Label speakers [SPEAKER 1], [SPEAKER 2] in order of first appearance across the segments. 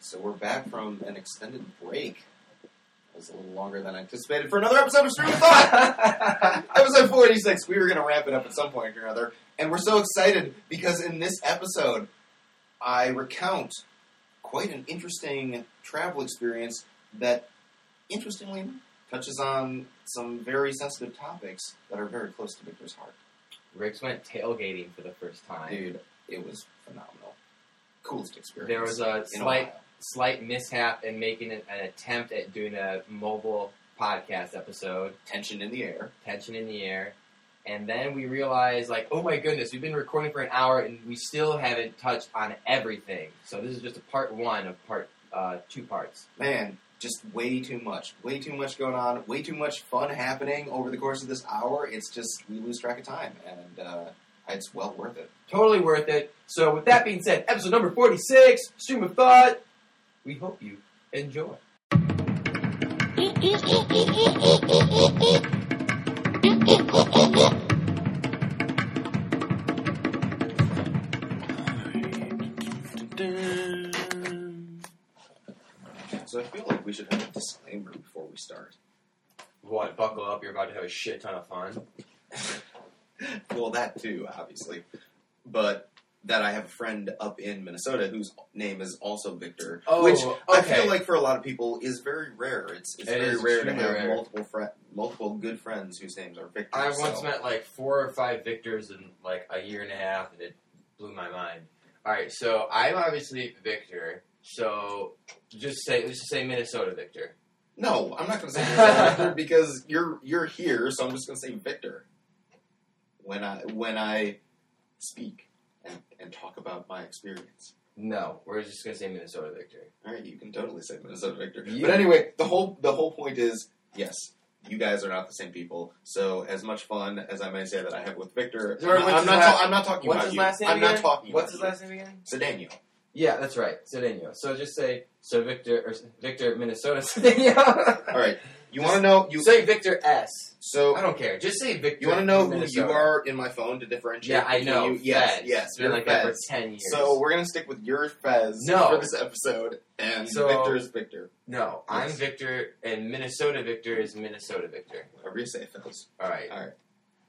[SPEAKER 1] So we're back from an extended break. It was a little longer than I anticipated for another episode of Stream of Thought. episode 46. We were going to wrap it up at some point or another. And we're so excited because in this episode, I recount quite an interesting travel experience that, interestingly enough, touches on some very sensitive topics that are very close to Victor's heart.
[SPEAKER 2] Riggs went tailgating for the first time.
[SPEAKER 1] Dude, it was phenomenal. Coolest experience.
[SPEAKER 2] There was a
[SPEAKER 1] in
[SPEAKER 2] slight
[SPEAKER 1] Ohio.
[SPEAKER 2] slight mishap in making an, an attempt at doing a mobile podcast episode.
[SPEAKER 1] tension in the air.
[SPEAKER 2] Tension in the air. And then we realized, like, oh my goodness, we've been recording for an hour and we still haven't touched on everything. So this is just a part one of part uh, two parts.
[SPEAKER 1] Man, just way too much. Way too much going on. Way too much fun happening over the course of this hour. It's just, we lose track of time. And uh, it's well worth it.
[SPEAKER 2] Totally worth it. So with that being said, episode number forty six, stream of thought. We hope you enjoy.
[SPEAKER 1] So I feel like we should have a disclaimer before we start.
[SPEAKER 2] What? Buckle up! You're about to have a shit ton of fun.
[SPEAKER 1] well, that too, obviously. But that I have a friend up in Minnesota whose name is also Victor,
[SPEAKER 2] Oh,
[SPEAKER 1] which I
[SPEAKER 2] okay.
[SPEAKER 1] feel like for a lot of people is very rare. It's, it's
[SPEAKER 2] It
[SPEAKER 1] very
[SPEAKER 2] is
[SPEAKER 1] rare to
[SPEAKER 2] extremely
[SPEAKER 1] have
[SPEAKER 2] rare.
[SPEAKER 1] multiple friend, multiple good friends whose names are Victor.
[SPEAKER 2] I once
[SPEAKER 1] so-
[SPEAKER 2] met like four or five victors in like a year and a half, and it blew my mind. All right, so I'm obviously Victor. So just say let's just say Minnesota Victor.
[SPEAKER 1] No, I'm not going to say Victor because you're you're here, so I'm just going to say Victor when I when I speak and, and talk about my experience.
[SPEAKER 2] No, we're just gonna say Minnesota Victor.
[SPEAKER 1] All right, you can totally say Minnesota Victor.
[SPEAKER 2] Yeah.
[SPEAKER 1] But anyway, the whole the whole point is yes, you guys are not the same people. So as much fun as I may say that I have with Victor,
[SPEAKER 2] Sorry,
[SPEAKER 1] I'm,
[SPEAKER 2] what's
[SPEAKER 1] not- I'm not.
[SPEAKER 2] his last-
[SPEAKER 1] ta- I'm not talking
[SPEAKER 2] what's
[SPEAKER 1] about
[SPEAKER 2] his
[SPEAKER 1] you.
[SPEAKER 2] last name
[SPEAKER 1] I'm
[SPEAKER 2] again?
[SPEAKER 1] not talking.
[SPEAKER 2] What's his
[SPEAKER 1] about
[SPEAKER 2] last name again?
[SPEAKER 1] you. Cedeno.
[SPEAKER 2] Yeah, that's right, Cedeno. So just say so Victor or Victor Minnesota Cedeno.
[SPEAKER 1] All right, you
[SPEAKER 2] Just-
[SPEAKER 1] want to know
[SPEAKER 2] You
[SPEAKER 1] you
[SPEAKER 2] say Victor S.
[SPEAKER 1] so
[SPEAKER 2] I don't care. Just say Victor.
[SPEAKER 1] you want to know who you
[SPEAKER 2] Minnesota.
[SPEAKER 1] are in my phone to differentiate.
[SPEAKER 2] Yeah, I
[SPEAKER 1] between
[SPEAKER 2] know.
[SPEAKER 1] You? Yes,
[SPEAKER 2] Fez.
[SPEAKER 1] yes,
[SPEAKER 2] It's been
[SPEAKER 1] you're
[SPEAKER 2] like that
[SPEAKER 1] Fez.
[SPEAKER 2] for ten years.
[SPEAKER 1] So we're gonna stick with your Fez
[SPEAKER 2] No.
[SPEAKER 1] for this episode, and
[SPEAKER 2] So-
[SPEAKER 1] Victor's Victor.
[SPEAKER 2] No, I'm
[SPEAKER 1] Yes.
[SPEAKER 2] Victor, and Minnesota Victor is Minnesota Victor.
[SPEAKER 1] Whatever you say, Fez.
[SPEAKER 2] All right,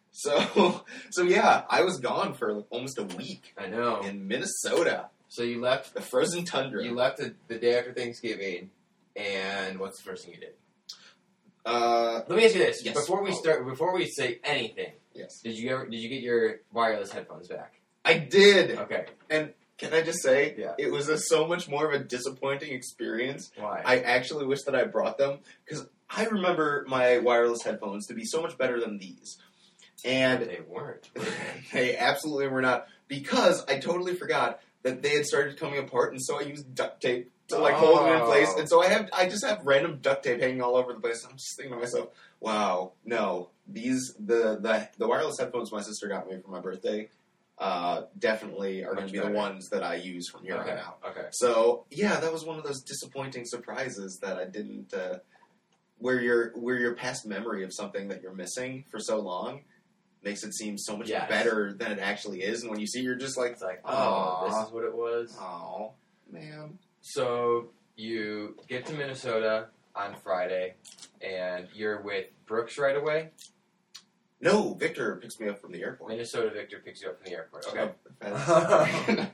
[SPEAKER 1] So, so yeah, I was gone for almost a week
[SPEAKER 2] I know.
[SPEAKER 1] in Minnesota,
[SPEAKER 2] so you left.
[SPEAKER 1] the frozen tundra.
[SPEAKER 2] You left the, the day after Thanksgiving, and what's the first thing you did?
[SPEAKER 1] Uh,
[SPEAKER 2] Let me ask you this:
[SPEAKER 1] Yes.
[SPEAKER 2] before we
[SPEAKER 1] Oh.
[SPEAKER 2] start, before we say anything,
[SPEAKER 1] yes,
[SPEAKER 2] did you ever did you get your wireless headphones back?
[SPEAKER 1] I did.
[SPEAKER 2] Okay,
[SPEAKER 1] Can I just say,
[SPEAKER 2] Yeah.
[SPEAKER 1] it was a, so much more of a disappointing experience.
[SPEAKER 2] why?
[SPEAKER 1] I actually wish that I brought them because I remember my wireless headphones to be so much better than these, and
[SPEAKER 2] they weren't.
[SPEAKER 1] they absolutely were not because I totally forgot that they had started coming apart, and so I used duct tape to like hold them in
[SPEAKER 2] Oh.
[SPEAKER 1] place, and so I have I just have random duct tape hanging all over the place. I'm just thinking to myself, wow, no, these the the the wireless headphones my sister got me for my birthday. Uh, definitely are going
[SPEAKER 2] Much
[SPEAKER 1] to be the
[SPEAKER 2] better.
[SPEAKER 1] ones that I use from here on
[SPEAKER 2] okay.
[SPEAKER 1] out.
[SPEAKER 2] okay.
[SPEAKER 1] So yeah, that was one of those disappointing surprises that I didn't. Uh, where your where your past memory of something that you're missing for so long makes it seem so much
[SPEAKER 2] Yes.
[SPEAKER 1] better than it actually is, and when you see, it, you're just like,
[SPEAKER 2] It's like,
[SPEAKER 1] Aw.
[SPEAKER 2] oh, this is what it was.
[SPEAKER 1] oh man,
[SPEAKER 2] So you get to Minnesota on Friday, and you're with Brooks right away.
[SPEAKER 1] no. Victor picks me up from the airport.
[SPEAKER 2] Minnesota Victor picks you up from the airport. Okay.
[SPEAKER 1] Uh,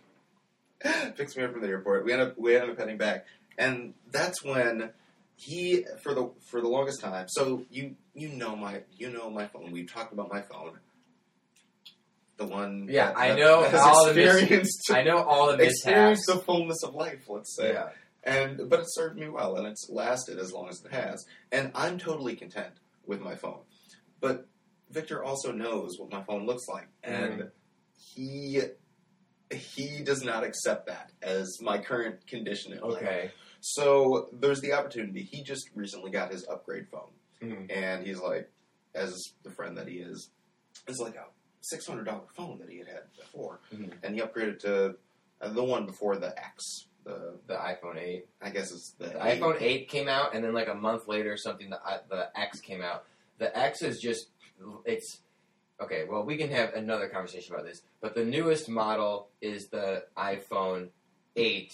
[SPEAKER 1] picks me up from the airport. We end up we end up heading back, and that's when he for the for the longest time. So you you know my you know my phone. We've talked about my phone. The one,
[SPEAKER 2] Yeah,
[SPEAKER 1] that,
[SPEAKER 2] I
[SPEAKER 1] that-
[SPEAKER 2] know
[SPEAKER 1] that
[SPEAKER 2] all
[SPEAKER 1] has
[SPEAKER 2] the mis-
[SPEAKER 1] experienced
[SPEAKER 2] I know all the mishaps.
[SPEAKER 1] experienced the fullness of life. Let's say,
[SPEAKER 2] Yeah.
[SPEAKER 1] and but it served me well, and it's lasted as long as it has, and I'm totally content with my phone. But Victor also knows what my phone looks like, and he he does not accept that as my current condition. in life.
[SPEAKER 2] Okay.
[SPEAKER 1] So there's the opportunity. He just recently got his upgrade phone,
[SPEAKER 2] Mhm.
[SPEAKER 1] and he's like, as the friend that he is, it's like a six hundred dollar phone that he had had before,
[SPEAKER 2] Mhm.
[SPEAKER 1] and he upgraded to uh, the one before the X. The
[SPEAKER 2] The iPhone 8.
[SPEAKER 1] I guess it's the,
[SPEAKER 2] The iPhone 8 came out, and then like a month later or something, the, I- the X came out. The X is just, it's, okay, well, we can have another conversation about this, but the newest model is the iPhone 8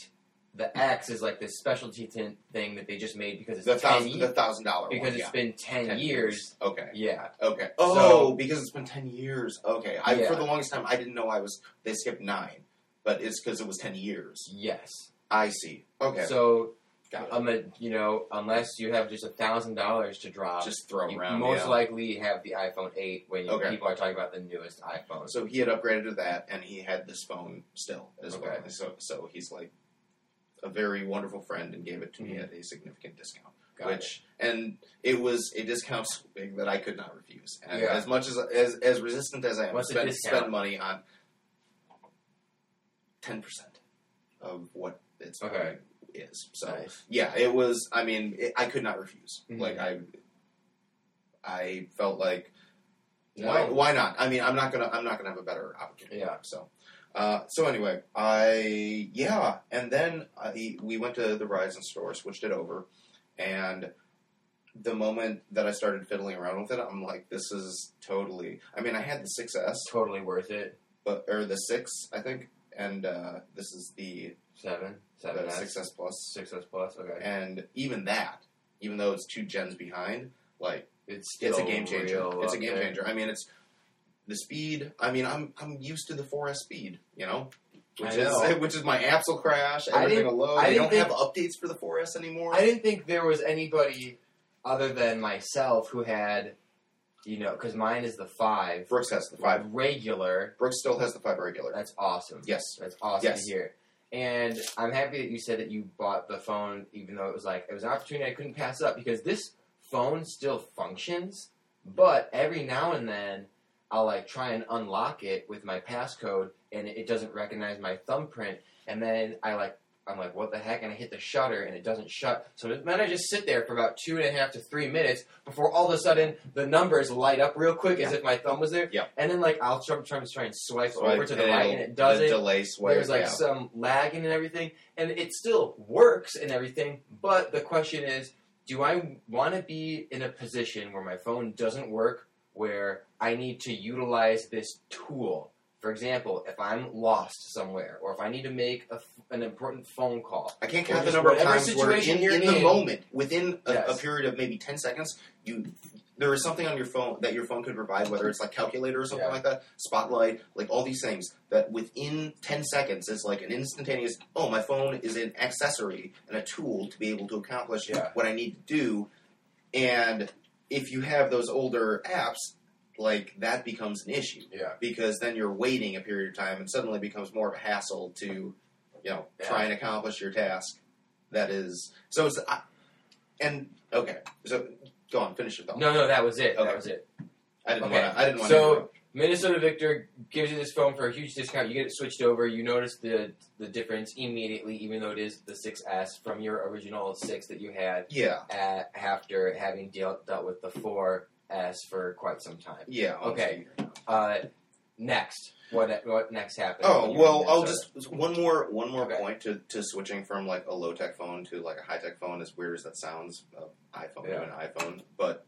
[SPEAKER 2] the X is like this specialty tin thing that they just made because it's
[SPEAKER 1] The
[SPEAKER 2] ten
[SPEAKER 1] thousand,
[SPEAKER 2] ye-
[SPEAKER 1] the thousand dollar
[SPEAKER 2] because
[SPEAKER 1] one.
[SPEAKER 2] it's
[SPEAKER 1] yeah.
[SPEAKER 2] been ten,
[SPEAKER 1] Ten
[SPEAKER 2] years.
[SPEAKER 1] Okay.
[SPEAKER 2] Yeah,
[SPEAKER 1] Okay. Oh,
[SPEAKER 2] So-
[SPEAKER 1] because it's been ten years. Okay. I,
[SPEAKER 2] Yeah.
[SPEAKER 1] For the longest time, I didn't know I was. They skipped nine, but it's because it was ten years.
[SPEAKER 2] yes.
[SPEAKER 1] I see. Okay.
[SPEAKER 2] So
[SPEAKER 1] Got it.
[SPEAKER 2] I'm a you know unless you have just a thousand dollars to drop,
[SPEAKER 1] Just throw
[SPEAKER 2] uh, you
[SPEAKER 1] around.
[SPEAKER 2] most
[SPEAKER 1] yeah.
[SPEAKER 2] likely have the iPhone eight when you,
[SPEAKER 1] Okay.
[SPEAKER 2] people are talking about the newest iPhone.
[SPEAKER 1] So he had upgraded to that, and he had this phone still as well.
[SPEAKER 2] Okay.
[SPEAKER 1] So, so he's like a very wonderful friend, and gave it to me
[SPEAKER 2] Mhm.
[SPEAKER 1] at a significant discount.
[SPEAKER 2] Got it.
[SPEAKER 1] which and it was a discount so big that I could not refuse. And
[SPEAKER 2] Yeah.
[SPEAKER 1] as much as as as resistant as I am,
[SPEAKER 2] What's the
[SPEAKER 1] spend,
[SPEAKER 2] discount?
[SPEAKER 1] spend money on ten percent of what it's
[SPEAKER 2] Okay.
[SPEAKER 1] is. So
[SPEAKER 2] Nice.
[SPEAKER 1] yeah, it was. I mean, it, I could not refuse.
[SPEAKER 2] Mhm.
[SPEAKER 1] Like I, I felt like
[SPEAKER 2] No.
[SPEAKER 1] why why not? I mean, I'm not gonna I'm not gonna have a better opportunity.
[SPEAKER 2] Yeah.
[SPEAKER 1] So. Uh, so anyway, I yeah, and then I, we went to the Verizon store, switched it over, and the moment that I started fiddling around with it, I'm like, this is totally. I mean, I had the 6S,
[SPEAKER 2] totally worth it.
[SPEAKER 1] but or the six, I think, and uh, this is the
[SPEAKER 2] Seven, seven
[SPEAKER 1] the
[SPEAKER 2] S,
[SPEAKER 1] six S plus,
[SPEAKER 2] six S plus. Okay,
[SPEAKER 1] and even that, even though it's two gens behind, like
[SPEAKER 2] it's still
[SPEAKER 1] it's a game changer.
[SPEAKER 2] real
[SPEAKER 1] It's a
[SPEAKER 2] up
[SPEAKER 1] game
[SPEAKER 2] there.
[SPEAKER 1] changer. I mean, it's the speed. I mean, I'm I'm used to the 4S speed, you know, which
[SPEAKER 2] I know.
[SPEAKER 1] is which is my apps will crash,
[SPEAKER 2] I
[SPEAKER 1] everything
[SPEAKER 2] didn't-
[SPEAKER 1] will load.
[SPEAKER 2] I
[SPEAKER 1] they
[SPEAKER 2] didn't
[SPEAKER 1] don't
[SPEAKER 2] think-
[SPEAKER 1] have updates for the 4S anymore.
[SPEAKER 2] I didn't think there was anybody other than myself who had, you know, because mine is the five,
[SPEAKER 1] Brooks has the five.
[SPEAKER 2] regular.
[SPEAKER 1] Brooks still has the five regular.
[SPEAKER 2] That's awesome.
[SPEAKER 1] Yes.
[SPEAKER 2] That's awesome
[SPEAKER 1] Yes.
[SPEAKER 2] to hear. And I'm happy that you said that you bought the phone, even though it was like it was an opportunity I couldn't pass up because this phone still functions, but every now and then I'll like try and unlock it with my passcode and it doesn't recognize my thumbprint, and then I like I'm like, what the heck? And I hit the shutter and it doesn't shut. So then I just sit there for about two and a half to three minutes before all of a sudden the numbers light up real quick as if my thumb was there.
[SPEAKER 1] Yeah.
[SPEAKER 2] And then like I'll try, try, try and swipe
[SPEAKER 1] So
[SPEAKER 2] over
[SPEAKER 1] I-
[SPEAKER 2] to the
[SPEAKER 1] and
[SPEAKER 2] right
[SPEAKER 1] it'll-
[SPEAKER 2] and it does
[SPEAKER 1] the
[SPEAKER 2] it
[SPEAKER 1] delay swipe,
[SPEAKER 2] there's like
[SPEAKER 1] yeah.
[SPEAKER 2] some lagging and everything, and it still works and everything. But the question is, do I want to be in a position where my phone doesn't work, where I need to utilize this tool? For example, if I'm lost somewhere, or if I need to make a f an important phone call,
[SPEAKER 1] I can't
[SPEAKER 2] Or
[SPEAKER 1] count the
[SPEAKER 2] just
[SPEAKER 1] number of
[SPEAKER 2] whatever
[SPEAKER 1] times where in,
[SPEAKER 2] situation you're
[SPEAKER 1] in the
[SPEAKER 2] in.
[SPEAKER 1] moment, within a, a
[SPEAKER 2] Yes.
[SPEAKER 1] period of maybe ten seconds, you there is something on your phone that your phone could provide, whether it's like calculator or something
[SPEAKER 2] Yeah.
[SPEAKER 1] like that, spotlight, like all these things that within ten seconds is like an instantaneous. Oh, my phone is an accessory and a tool to be able to accomplish
[SPEAKER 2] Yeah.
[SPEAKER 1] what I need to do, and if you have those older apps, like that becomes an issue
[SPEAKER 2] yeah,
[SPEAKER 1] because then you're waiting a period of time and suddenly becomes more of a hassle to you know
[SPEAKER 2] Yeah.
[SPEAKER 1] try and accomplish your task that is so it's I, and okay so go on finish your thought
[SPEAKER 2] no, no, that was it.
[SPEAKER 1] Okay.
[SPEAKER 2] That was it.
[SPEAKER 1] i didn't
[SPEAKER 2] okay.
[SPEAKER 1] want to i didn't want
[SPEAKER 2] So-
[SPEAKER 1] to
[SPEAKER 2] Minnesota Victor gives you this phone for a huge discount. You get it switched over. You notice the the difference immediately, even though it is the 6S from your original six that you had.
[SPEAKER 1] yeah
[SPEAKER 2] at, after having dealt, dealt with the 4S for quite some time.
[SPEAKER 1] yeah I'll
[SPEAKER 2] Okay.
[SPEAKER 1] just figure it out.
[SPEAKER 2] Uh, next, what what next happened?
[SPEAKER 1] oh
[SPEAKER 2] when you were
[SPEAKER 1] well
[SPEAKER 2] in
[SPEAKER 1] i'll
[SPEAKER 2] Minnesota?
[SPEAKER 1] just one more one more
[SPEAKER 2] Okay.
[SPEAKER 1] point to, to switching from like a low-tech phone to like a high-tech phone as weird as that sounds uh, iphone to
[SPEAKER 2] Yeah.
[SPEAKER 1] an iphone but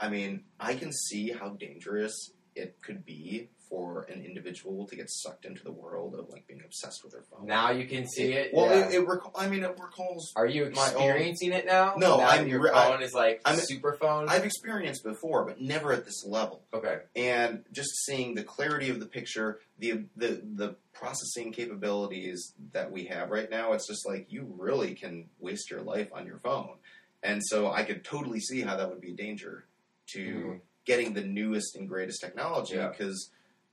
[SPEAKER 1] i mean i can see how dangerous it could be for an individual to get sucked into the world of like being obsessed with their phone
[SPEAKER 2] Now you can see it.
[SPEAKER 1] Well,
[SPEAKER 2] yeah.
[SPEAKER 1] it, it recall, I mean, it recalls.
[SPEAKER 2] Are you
[SPEAKER 1] my own-
[SPEAKER 2] experiencing it now?
[SPEAKER 1] No,
[SPEAKER 2] now
[SPEAKER 1] I'm
[SPEAKER 2] your
[SPEAKER 1] re- I-
[SPEAKER 2] phone is like
[SPEAKER 1] I'm-
[SPEAKER 2] super phone.
[SPEAKER 1] I've experienced before, but never at this level.
[SPEAKER 2] okay,
[SPEAKER 1] And just seeing the clarity of the picture, the the the processing capabilities that we have right now, it's just like you really can waste your life on your phone. And so I could totally see how that would be a danger to
[SPEAKER 2] Mhm.
[SPEAKER 1] getting the newest and greatest technology
[SPEAKER 2] Yeah.
[SPEAKER 1] because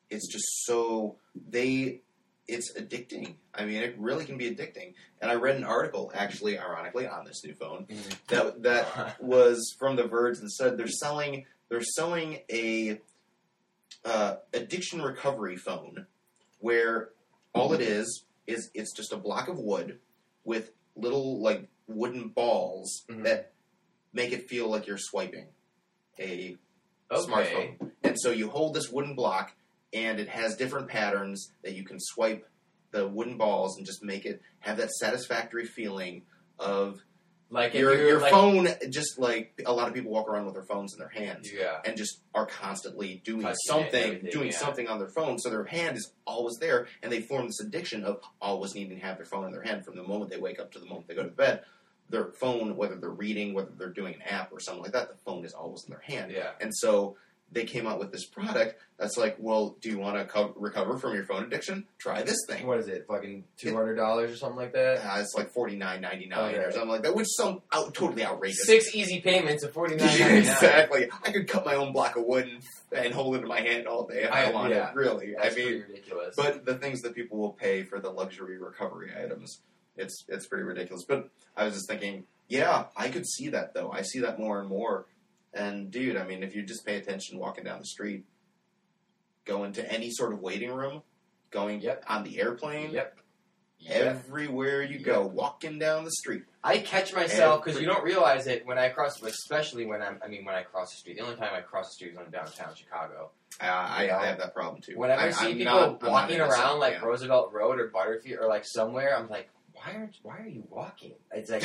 [SPEAKER 1] it's just so they it's addicting. I mean, it really can be addicting. And I read an article actually ironically on this new phone
[SPEAKER 2] Mhm.
[SPEAKER 1] that that was from The Verge and said they're selling they're selling a uh, addiction recovery phone where all it is is it's just a block of wood with little like wooden balls
[SPEAKER 2] Mhm.
[SPEAKER 1] that make it feel like you're swiping a
[SPEAKER 2] Okay.
[SPEAKER 1] smartphone. And so you hold this wooden block, and it has different patterns that you can swipe the wooden balls and just make it have that satisfactory feeling of
[SPEAKER 2] Like if
[SPEAKER 1] your
[SPEAKER 2] you're,
[SPEAKER 1] your
[SPEAKER 2] like,
[SPEAKER 1] phone, just like a lot of people walk around with their phones in their hands
[SPEAKER 2] Yeah.
[SPEAKER 1] and just are constantly doing
[SPEAKER 2] Touching it,
[SPEAKER 1] something,
[SPEAKER 2] everything,
[SPEAKER 1] doing
[SPEAKER 2] yeah.
[SPEAKER 1] something on their phone, so their hand is always there, and they form this addiction of always needing to have their phone in their hand from the moment they wake up to the moment they go to bed. Their phone, whether they're reading, whether they're doing an app or something like that, the phone is always in their hand.
[SPEAKER 2] Yeah.
[SPEAKER 1] And so they came out with this product that's like, well, do you want to co- recover from your phone addiction? Try this thing.
[SPEAKER 2] What is it? Fucking two hundred dollars or something like that.
[SPEAKER 1] Uh, it's like forty nine ninety nine
[SPEAKER 2] Okay.
[SPEAKER 1] or something like that, which sounds out, totally outrageous.
[SPEAKER 2] Six easy payments of forty nine ninety nine.
[SPEAKER 1] exactly. I could cut my own block of wood and, and hold it in my hand all day if I,
[SPEAKER 2] I-
[SPEAKER 1] wanted.
[SPEAKER 2] yeah.
[SPEAKER 1] Really,
[SPEAKER 2] That's
[SPEAKER 1] I mean,
[SPEAKER 2] pretty ridiculous.
[SPEAKER 1] but the things that people will pay for the luxury recovery items, it's it's pretty ridiculous. But I was just thinking, yeah, I could see that though. I see that more and more. And dude, I mean, if you just pay attention walking down the street, going to any sort of waiting room, going
[SPEAKER 2] Yep.
[SPEAKER 1] on the airplane,
[SPEAKER 2] yep.
[SPEAKER 1] everywhere you go, walking down the street.
[SPEAKER 2] I catch myself because
[SPEAKER 1] Every-
[SPEAKER 2] you don't realize it when I cross, especially when I'm. I mean, when I cross the street. The only time I cross the street is when I'm downtown Chicago.
[SPEAKER 1] Uh, I,
[SPEAKER 2] Yeah.
[SPEAKER 1] I have that problem too.
[SPEAKER 2] Whenever I,
[SPEAKER 1] I,
[SPEAKER 2] see
[SPEAKER 1] I'm
[SPEAKER 2] people
[SPEAKER 1] not- I'm not
[SPEAKER 2] walking
[SPEAKER 1] innocent,
[SPEAKER 2] around like
[SPEAKER 1] yeah.
[SPEAKER 2] Roosevelt Road or Butterfield or like somewhere, I'm like, why aren't? Why are you walking? It's like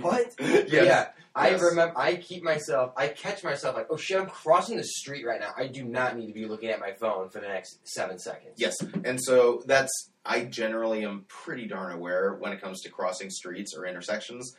[SPEAKER 2] what?
[SPEAKER 1] Yes.
[SPEAKER 2] Yeah, I
[SPEAKER 1] Yes.
[SPEAKER 2] remember. I keep myself. I catch myself like, oh shit, I'm crossing the street right now. I do not need to be looking at my phone for the next seven seconds.
[SPEAKER 1] Yes. And so that's I generally am pretty darn aware when it comes to crossing streets or intersections.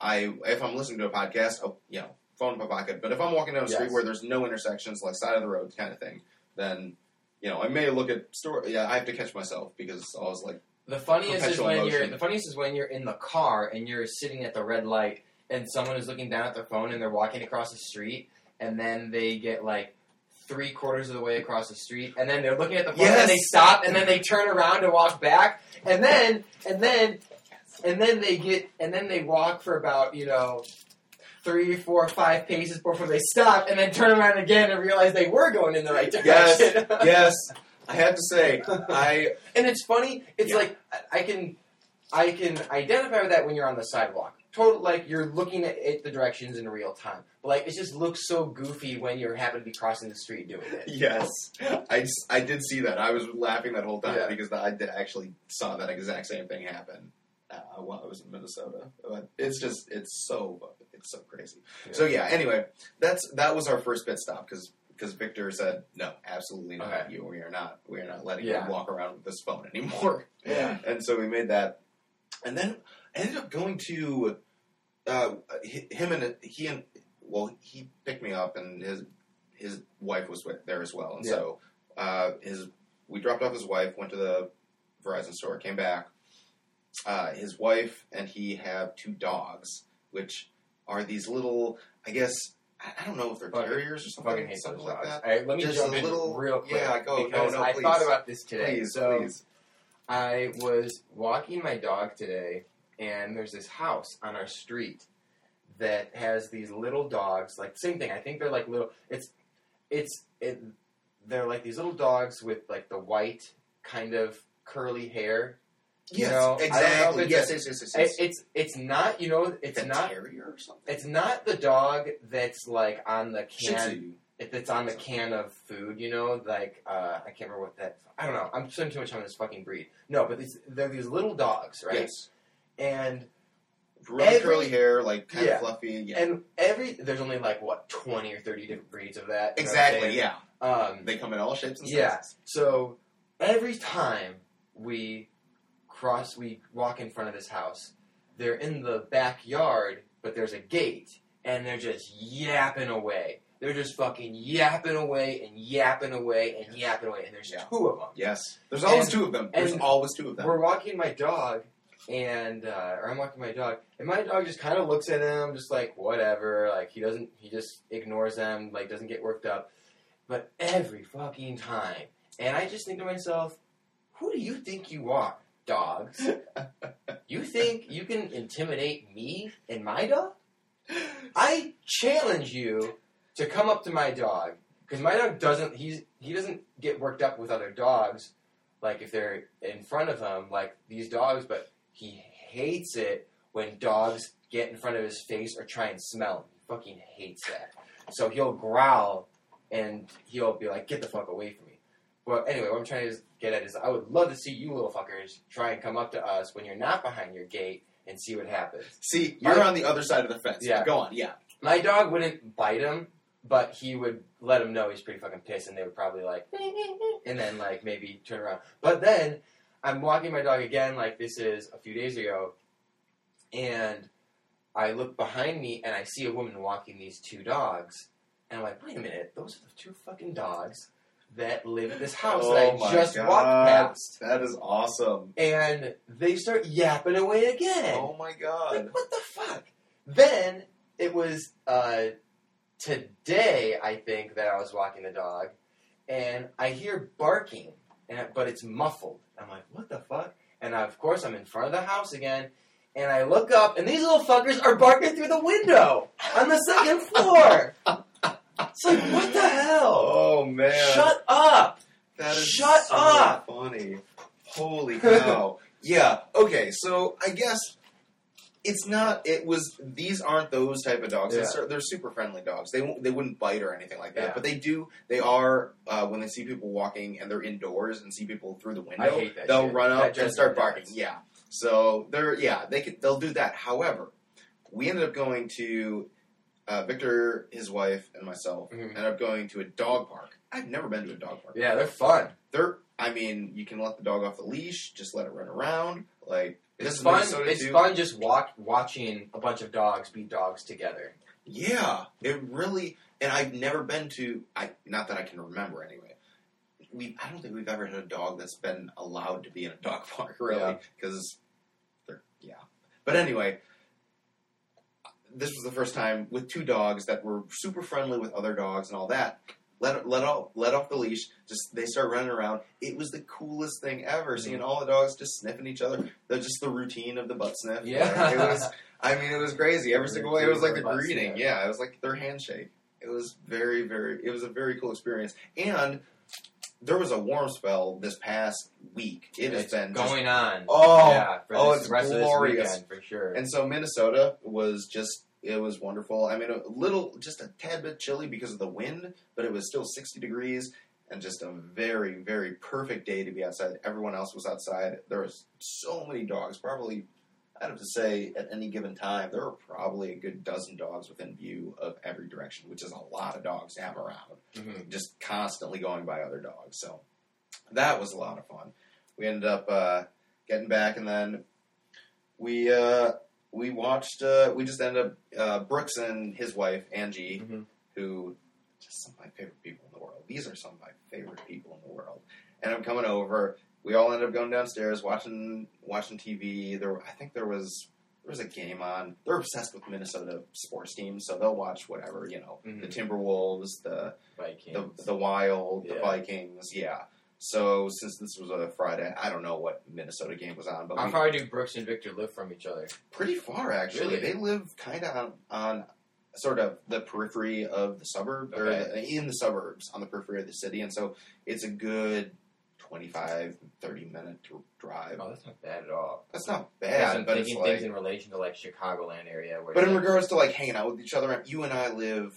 [SPEAKER 1] I if I'm listening to a podcast, oh, you know, phone in my pocket. But if I'm walking down a street
[SPEAKER 2] Yes.
[SPEAKER 1] where there's no intersections, like side of the road kind of thing, then you know I may look at store. Yeah, I have to catch myself because I was like,
[SPEAKER 2] The funniest is
[SPEAKER 1] Perpetual
[SPEAKER 2] when you're.
[SPEAKER 1] motion.
[SPEAKER 2] The funniest is when you're in the car and you're sitting at the red light and someone is looking down at their phone and they're walking across the street and then they get like. Three quarters of the way across the street, and then they're looking at the phone,
[SPEAKER 1] Yes.
[SPEAKER 2] and they stop, and then they turn around to walk back, and then, and then, and then they get, and then they walk for about you know three, four, five paces before they stop, and then turn around again and realize they were going in the right direction.
[SPEAKER 1] Yes. yes. I have to say, I
[SPEAKER 2] And it's funny. It's
[SPEAKER 1] Yeah.
[SPEAKER 2] like I- I can, I can identify with that when you're on the sidewalk. Total, like you're looking at, at the directions in real time. But like it just looks so goofy when you happen to be crossing the street doing it.
[SPEAKER 1] yes, I, s- I did see that. I was laughing that whole time
[SPEAKER 2] Yeah.
[SPEAKER 1] because I did actually saw that exact same thing happen uh, while I was in Minnesota. But it's just it's so fucking- it's so crazy. So yeah. Anyway, that's that was our first pit stop because Victor said no, absolutely not.
[SPEAKER 2] Okay.
[SPEAKER 1] You, we are not we are not letting
[SPEAKER 2] Yeah.
[SPEAKER 1] you walk around with this phone anymore.
[SPEAKER 2] Yeah.
[SPEAKER 1] and so we made that, and then I ended up going to uh, hi- him and he and well he picked me up and his his wife was with, there as well, and
[SPEAKER 2] Yeah.
[SPEAKER 1] so uh, his we dropped off his wife, went to the Verizon store, came back. Uh, his wife and he have two dogs, which are these little, I guess, I, I don't know if they're
[SPEAKER 2] Fucking-
[SPEAKER 1] terriers or something,
[SPEAKER 2] Fucking hate
[SPEAKER 1] something
[SPEAKER 2] those
[SPEAKER 1] like
[SPEAKER 2] dogs.
[SPEAKER 1] that.
[SPEAKER 2] All right, let me
[SPEAKER 1] Just
[SPEAKER 2] jump
[SPEAKER 1] a
[SPEAKER 2] in
[SPEAKER 1] little-
[SPEAKER 2] real quick.
[SPEAKER 1] yeah, go. No,
[SPEAKER 2] Because
[SPEAKER 1] no,
[SPEAKER 2] I
[SPEAKER 1] please.
[SPEAKER 2] thought about this today.
[SPEAKER 1] Please,
[SPEAKER 2] so
[SPEAKER 1] please.
[SPEAKER 2] I was walking my dog today, and there's this house on our street that has these little dogs. Like same thing. I think they're like little. It's it's it. They're like these little dogs with like the white kind of curly hair. you
[SPEAKER 1] Yes,
[SPEAKER 2] know, I don't know if
[SPEAKER 1] exactly.
[SPEAKER 2] it's
[SPEAKER 1] Yes,
[SPEAKER 2] a-
[SPEAKER 1] yes, yes, yes.
[SPEAKER 2] It,
[SPEAKER 1] yes.
[SPEAKER 2] it's it's not you know it's
[SPEAKER 1] a
[SPEAKER 2] not
[SPEAKER 1] terrier or something.
[SPEAKER 2] it's not the dog that's like on the
[SPEAKER 1] Shih
[SPEAKER 2] can
[SPEAKER 1] Tzu.
[SPEAKER 2] if it's on the can of food, you know, like uh, I can't remember what that. I don't know. I'm spending too much time on this fucking breed. No, but these, they're these little dogs, right?
[SPEAKER 1] Yes.
[SPEAKER 2] And
[SPEAKER 1] Really
[SPEAKER 2] Every-
[SPEAKER 1] curly hair, like kind
[SPEAKER 2] Yeah.
[SPEAKER 1] of fluffy. Yeah.
[SPEAKER 2] and every there's only like what 20 or 30 different breeds of that. you know what I'm
[SPEAKER 1] exactly.
[SPEAKER 2] saying?
[SPEAKER 1] Yeah.
[SPEAKER 2] Um,
[SPEAKER 1] They come in all shapes and
[SPEAKER 2] Yeah.
[SPEAKER 1] sizes.
[SPEAKER 2] so every time we cross, we walk in front of this house. They're in the backyard, but there's a gate, and they're just yapping away. They're just fucking yapping away and yapping away and yapping away, and there's
[SPEAKER 1] Yeah.
[SPEAKER 2] two of them.
[SPEAKER 1] Yes. There's always
[SPEAKER 2] And-
[SPEAKER 1] two of them. There's
[SPEAKER 2] and-
[SPEAKER 1] always two of them.
[SPEAKER 2] We're walking my dog, and uh, or I'm walking my dog, and my dog just kind of looks at him, just like whatever. Like he doesn't, he just ignores them, like doesn't get worked up. But every fucking time, and I just think to myself, who do you think you are, dogs? You think you can intimidate me and my dog? I challenge you to come up to my dog because my dog doesn't he's he doesn't get worked up with other dogs like if they're in front of him like these dogs but he hates it when dogs get in front of his face or try and smell him he fucking hates that so he'll growl and he'll be like get the fuck away from me but anyway what i'm trying to get at is i would love to see you little fuckers try and come up to us when you're not behind your gate and see what happens.
[SPEAKER 1] See,
[SPEAKER 2] My-
[SPEAKER 1] you're on the other side of the fence.
[SPEAKER 2] Yeah.
[SPEAKER 1] Go on. Yeah.
[SPEAKER 2] My dog wouldn't bite him, but he would let him know he's pretty fucking pissed, and they would probably like, and then like maybe turn around. But then I'm walking my dog again, like this is a few days ago, and I look behind me and I see a woman walking these two dogs, and I'm like, wait a minute, those are the two fucking dogs that live in this house that
[SPEAKER 1] Oh
[SPEAKER 2] I
[SPEAKER 1] my
[SPEAKER 2] just
[SPEAKER 1] God.
[SPEAKER 2] walked past,
[SPEAKER 1] That is awesome.
[SPEAKER 2] and they start yapping away again.
[SPEAKER 1] Oh my
[SPEAKER 2] Like,
[SPEAKER 1] god.
[SPEAKER 2] what the fuck? Then it was uh, today, I think, that I was walking the dog, and I hear barking, and but it's muffled. I'm like, what the fuck? And I, of course, I'm in front of the house again, and I look up, and these little fuckers are barking through the window on the second floor. It's like, what the hell?
[SPEAKER 1] Oh man.
[SPEAKER 2] Shut up!
[SPEAKER 1] That is
[SPEAKER 2] Shut
[SPEAKER 1] so
[SPEAKER 2] up!
[SPEAKER 1] Funny. Holy cow. yeah. Okay. So I guess it's not. It was. These aren't those type of dogs.
[SPEAKER 2] Yeah.
[SPEAKER 1] They're, they're super friendly dogs. They won't, they wouldn't bite or anything like that.
[SPEAKER 2] Yeah.
[SPEAKER 1] But they do. They are uh, when they see people walking and they're indoors and see people through the window.
[SPEAKER 2] I hate that.
[SPEAKER 1] they'll
[SPEAKER 2] shit.
[SPEAKER 1] run
[SPEAKER 2] That
[SPEAKER 1] up and
[SPEAKER 2] drives
[SPEAKER 1] start
[SPEAKER 2] me
[SPEAKER 1] barking.
[SPEAKER 2] nuts.
[SPEAKER 1] Yeah. So they're yeah they could they'll do that. However, we ended up going to uh, Victor, his wife, and myself
[SPEAKER 2] Mhm.
[SPEAKER 1] ended up going to a dog park. I've never been to a dog park.
[SPEAKER 2] Yeah, they're fun.
[SPEAKER 1] They're I mean you can let the dog off the leash, just let it run around. Like this
[SPEAKER 2] It's
[SPEAKER 1] is
[SPEAKER 2] fun.
[SPEAKER 1] Minnesota
[SPEAKER 2] It's
[SPEAKER 1] too.
[SPEAKER 2] fun just walk watching a bunch of dogs be dogs together.
[SPEAKER 1] Yeah, it really. And I've never been to. I not that I can remember anyway. We I don't think we've ever had a dog that's been allowed to be in a dog park really
[SPEAKER 2] Yeah.
[SPEAKER 1] because they're yeah. But anyway, this was the first time with two dogs that were super friendly with other dogs and all that. Let let off let off the leash. Just they start running around. It was the coolest thing ever. Seeing
[SPEAKER 2] Mm-hmm.
[SPEAKER 1] all the dogs just sniffing each other. They're just the routine of the butt sniff.
[SPEAKER 2] Yeah.
[SPEAKER 1] it was I mean, it was crazy. Every single way, it was like the greeting.
[SPEAKER 2] Yeah.
[SPEAKER 1] Yeah, it was like their handshake. It was very, very. It was a very cool experience. And there was a warm spell this past week. It has
[SPEAKER 2] It's
[SPEAKER 1] been just-
[SPEAKER 2] going on.
[SPEAKER 1] oh,
[SPEAKER 2] yeah, for
[SPEAKER 1] oh,
[SPEAKER 2] this,
[SPEAKER 1] it's
[SPEAKER 2] the rest of
[SPEAKER 1] glorious.
[SPEAKER 2] this weekend for sure.
[SPEAKER 1] and so Minnesota was just. It was wonderful. I mean, a little, just a tad bit chilly because of the wind, but it was still 60 degrees and just a very, very perfect day to be outside. Everyone else was outside. There was so many dogs, probably I'd have to say at any given time there are probably a good dozen dogs within view of every direction, which is a lot of dogs to have around,
[SPEAKER 2] Mhm.
[SPEAKER 1] just constantly going by other dogs. So that was a lot of fun. We ended up uh, getting back, and then we uh, we watched. Uh, we just ended up uh, Brooks and his wife Angie,
[SPEAKER 2] Mhm.
[SPEAKER 1] who just some of my favorite people in the world. These are some of my favorite people in the world. And I'm coming over, we all ended up going downstairs watching watching TV. There, were- I think there was there was a game on. They're obsessed with Minnesota sports teams, so they'll watch whatever you know. The
[SPEAKER 2] Mhm.
[SPEAKER 1] Timberwolves, the the,
[SPEAKER 2] Vikings.
[SPEAKER 1] the Wild, the
[SPEAKER 2] Yeah.
[SPEAKER 1] Vikings, yeah. So since this was a Friday, I don't know what Minnesota game was on, but
[SPEAKER 2] How
[SPEAKER 1] we-
[SPEAKER 2] far do Brooks and Victor live from each other?
[SPEAKER 1] pretty far actually.
[SPEAKER 2] Really?
[SPEAKER 1] They live kind of on, on sort of the periphery of the suburb, or
[SPEAKER 2] Okay.
[SPEAKER 1] the, in the suburbs on the periphery of the city, and so it's a good 25, 30 minute dr- drive.
[SPEAKER 2] Oh, that's not bad at all.
[SPEAKER 1] That's not
[SPEAKER 2] Because
[SPEAKER 1] bad,
[SPEAKER 2] I'm
[SPEAKER 1] but it's
[SPEAKER 2] thinking
[SPEAKER 1] like.
[SPEAKER 2] things in relation to like Chicagoland area. Where
[SPEAKER 1] But in
[SPEAKER 2] like,
[SPEAKER 1] regards to like hanging out with each other, you and I live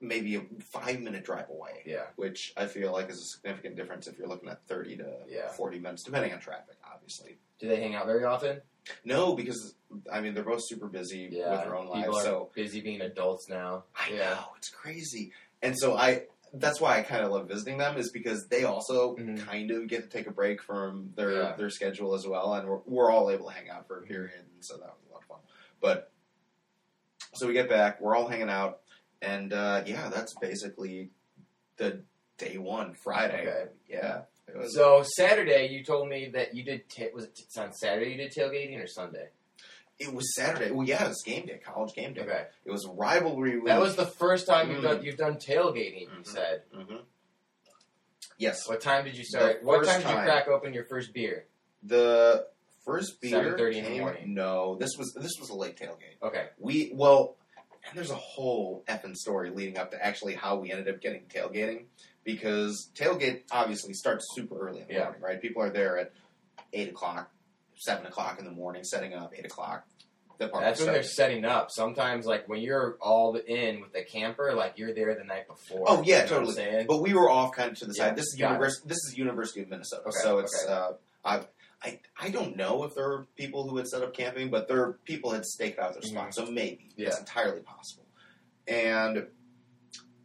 [SPEAKER 1] maybe a five minute drive away,
[SPEAKER 2] yeah,
[SPEAKER 1] which I feel like is a significant difference if you're looking at thirty to
[SPEAKER 2] Yeah.
[SPEAKER 1] forty minutes, depending on traffic, obviously.
[SPEAKER 2] do they hang out very often?
[SPEAKER 1] No, because I mean they're both super busy
[SPEAKER 2] Yeah,
[SPEAKER 1] with their own
[SPEAKER 2] people
[SPEAKER 1] lives,
[SPEAKER 2] are
[SPEAKER 1] so
[SPEAKER 2] busy being adults now.
[SPEAKER 1] I
[SPEAKER 2] yeah,
[SPEAKER 1] know it's crazy, and so I. That's why I kind of love visiting them is because they also
[SPEAKER 2] Mhm.
[SPEAKER 1] kind of get to take a break from their
[SPEAKER 2] Yeah.
[SPEAKER 1] their schedule as well, and we're, we're all able to hang out for a period, and so that was a lot of fun. But so we get back, we're all hanging out, and uh, yeah, that's basically the day one Friday.
[SPEAKER 2] Okay.
[SPEAKER 1] Yeah, it was
[SPEAKER 2] So Saturday, you told me that you did. Ta- was it t- on Saturday you did tailgating or Sunday?
[SPEAKER 1] it was Saturday. Well, yeah, it was game day, college game day.
[SPEAKER 2] Okay,
[SPEAKER 1] It was rivalry.
[SPEAKER 2] that
[SPEAKER 1] week.
[SPEAKER 2] was the first time you've
[SPEAKER 1] Mm.
[SPEAKER 2] done you've done tailgating. You
[SPEAKER 1] Mhm.
[SPEAKER 2] said.
[SPEAKER 1] Mhm. Yes,
[SPEAKER 2] What time did you start?
[SPEAKER 1] The
[SPEAKER 2] What
[SPEAKER 1] first
[SPEAKER 2] time did you
[SPEAKER 1] time.
[SPEAKER 2] crack open your first beer?
[SPEAKER 1] the first beer
[SPEAKER 2] 7:30 in the
[SPEAKER 1] came-
[SPEAKER 2] morning.
[SPEAKER 1] No, this was this was a late tailgate.
[SPEAKER 2] Okay,
[SPEAKER 1] We well, and there's a whole effing story leading up to actually how we ended up getting tailgating because tailgate obviously starts super early in the
[SPEAKER 2] Yeah.
[SPEAKER 1] morning, right? People are there at eight o'clock, seven o'clock in the morning, setting up eight o'clock. The park
[SPEAKER 2] That's
[SPEAKER 1] is
[SPEAKER 2] when they're
[SPEAKER 1] starting.
[SPEAKER 2] setting up. Sometimes, like when you're all in with the camper, like you're there the night before.
[SPEAKER 1] Oh, yeah,
[SPEAKER 2] You know what I'm
[SPEAKER 1] totally.
[SPEAKER 2] saying?
[SPEAKER 1] But we were off kind of to the
[SPEAKER 2] Yeah,
[SPEAKER 1] side. This is
[SPEAKER 2] got it.
[SPEAKER 1] university. This is University of Minnesota,
[SPEAKER 2] Okay,
[SPEAKER 1] so it's.
[SPEAKER 2] okay.
[SPEAKER 1] Uh, I, I I don't know if there are people who had set up camping, but there are people had staked out their spot, so maybe it's
[SPEAKER 2] Mm-hmm. Yeah.
[SPEAKER 1] entirely possible. And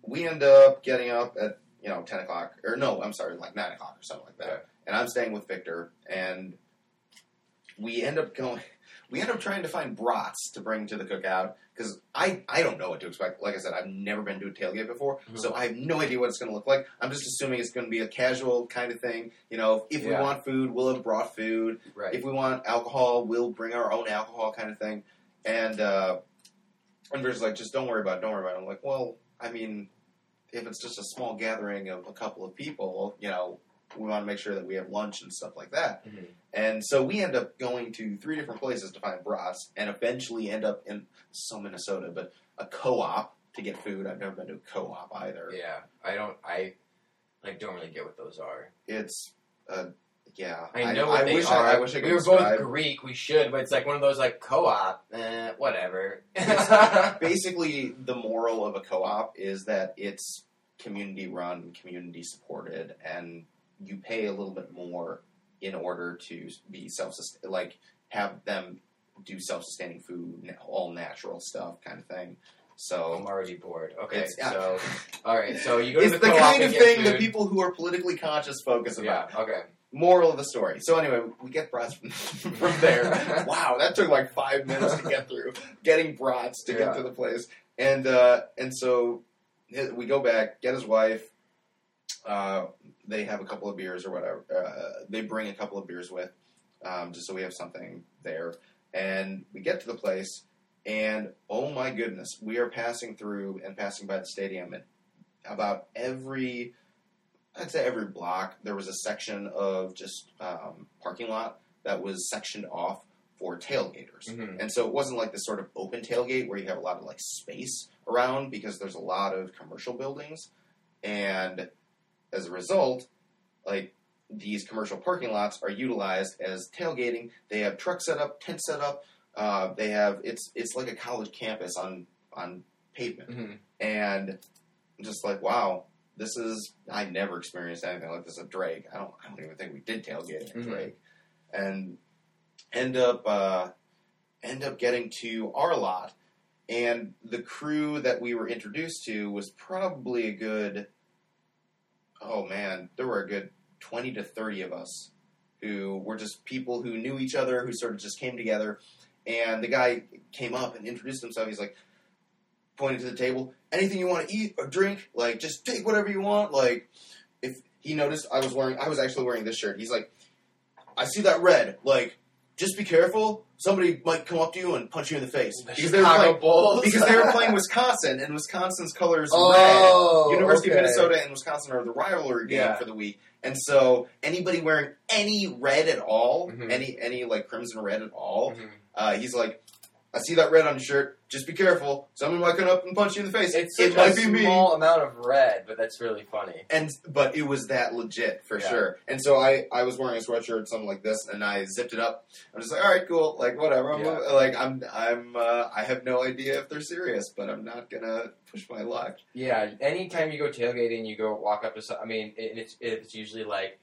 [SPEAKER 1] we end up getting up at you know ten o'clock, or no, I'm sorry, like nine o'clock or something like that.
[SPEAKER 2] Okay.
[SPEAKER 1] And I'm staying with Victor, and we end up going. We end up trying to find brats to bring to the cookout because I, I don't know what to expect. Like I said, I've never been to a tailgate before,
[SPEAKER 2] Mm-hmm.
[SPEAKER 1] so I have no idea what it's going to look like. I'm just assuming it's going to be a casual kind of thing. You know, if we
[SPEAKER 2] Yeah.
[SPEAKER 1] want food, we'll have brought food
[SPEAKER 2] Right.
[SPEAKER 1] if we want alcohol, we'll bring our own alcohol kind of thing. And uh and there's like just don't worry about it, don't worry about it. I'm like, well, I mean, if it's just a small gathering of a couple of people, you know, we want to make sure that we have lunch and stuff like that.
[SPEAKER 2] Mhm.
[SPEAKER 1] And so we end up going to three different places to find brats and eventually end up in some Minnesota, but a co op to get food. I've never been to a co op either.
[SPEAKER 2] Yeah. I don't. I like don't really get what those are.
[SPEAKER 1] It's uh yeah.
[SPEAKER 2] I know what
[SPEAKER 1] I,
[SPEAKER 2] they
[SPEAKER 1] wish
[SPEAKER 2] are.
[SPEAKER 1] I, I wish I could
[SPEAKER 2] we were
[SPEAKER 1] describe.
[SPEAKER 2] both Greek. We should, but it's like one of those like co-op. Eh, whatever.
[SPEAKER 1] It's- basically the moral of a co-op is that it's community run community supported and you pay a little bit more in order to be self like have them do self-sustaining food na- all natural stuff kind of thing
[SPEAKER 2] I'm
[SPEAKER 1] so
[SPEAKER 2] already bored. Okay,
[SPEAKER 1] It's- yeah.
[SPEAKER 2] so all right, so you go
[SPEAKER 1] it's
[SPEAKER 2] to
[SPEAKER 1] the,
[SPEAKER 2] the, co-op
[SPEAKER 1] kind
[SPEAKER 2] and
[SPEAKER 1] of
[SPEAKER 2] get
[SPEAKER 1] thing
[SPEAKER 2] food.
[SPEAKER 1] that people who are politically conscious focus about
[SPEAKER 2] Yeah. Okay.
[SPEAKER 1] moral of the story. So anyway, we get brats from, from there. wow, that took like five minutes to get through getting brats to
[SPEAKER 2] Yeah.
[SPEAKER 1] get to the place, and uh, and so hi- we go back, get his wife. Uh, they have a couple of beers or whatever. Uh, they bring a couple of beers with, um, just so we have something there. And we get to the place, and oh my goodness, we are passing through and passing by the stadium, and about every I'd say every block there was a section of just um, parking lot that was sectioned off for tailgaters.
[SPEAKER 2] Mhm.
[SPEAKER 1] And so it wasn't like this sort of open tailgate where you have a lot of like space around because there's a lot of commercial buildings. And as a result, like these commercial parking lots are utilized as tailgating. They have truck set up, tent set up. Uh, they have it's it's like a college campus on on pavement
[SPEAKER 2] Mhm.
[SPEAKER 1] and I'm just like wow this is i never experienced anything like this at drake i don't i don't even think we did tailgating at
[SPEAKER 2] Mhm.
[SPEAKER 1] drake and end up uh end up getting to our lot and the crew that we were introduced to was probably a good oh man there were a good 20 to 30 of us who were just people who knew each other who sort of just came together and the guy came up and introduced himself he's like pointing to the table anything you want to eat or drink like just take whatever you want like if he noticed i was wearing i was actually wearing this shirt he's like i see that red like just be careful somebody might come up to you and punch you in the face because they were
[SPEAKER 2] Chicago
[SPEAKER 1] playing
[SPEAKER 2] Bulls.
[SPEAKER 1] because they were playing Wisconsin, and Wisconsin's colors red.
[SPEAKER 2] oh,
[SPEAKER 1] University
[SPEAKER 2] okay.
[SPEAKER 1] of Minnesota and Wisconsin are the rivalry game
[SPEAKER 2] Yeah.
[SPEAKER 1] for the week, and so anybody wearing any red at all,
[SPEAKER 2] Mhm.
[SPEAKER 1] any any like crimson red at all,
[SPEAKER 2] Mhm.
[SPEAKER 1] uh, he's like, I see that red on your shirt. Just be careful. Someone might come up and punch you in the face.
[SPEAKER 2] It's
[SPEAKER 1] it
[SPEAKER 2] such
[SPEAKER 1] might
[SPEAKER 2] a
[SPEAKER 1] be me.
[SPEAKER 2] small amount of red, but that's really funny.
[SPEAKER 1] And but it was that legit for
[SPEAKER 2] Yeah.
[SPEAKER 1] sure. And so I I was wearing a sweatshirt something like this, and I zipped it up. I'm just like, all right, cool, like whatever. I'm
[SPEAKER 2] Yeah.
[SPEAKER 1] like I'm I'm uh, I have no idea if they're serious, but I'm not gonna push my luck.
[SPEAKER 2] Yeah, anytime you go tailgating, you go walk up to. Some, I mean, it, it's it's usually like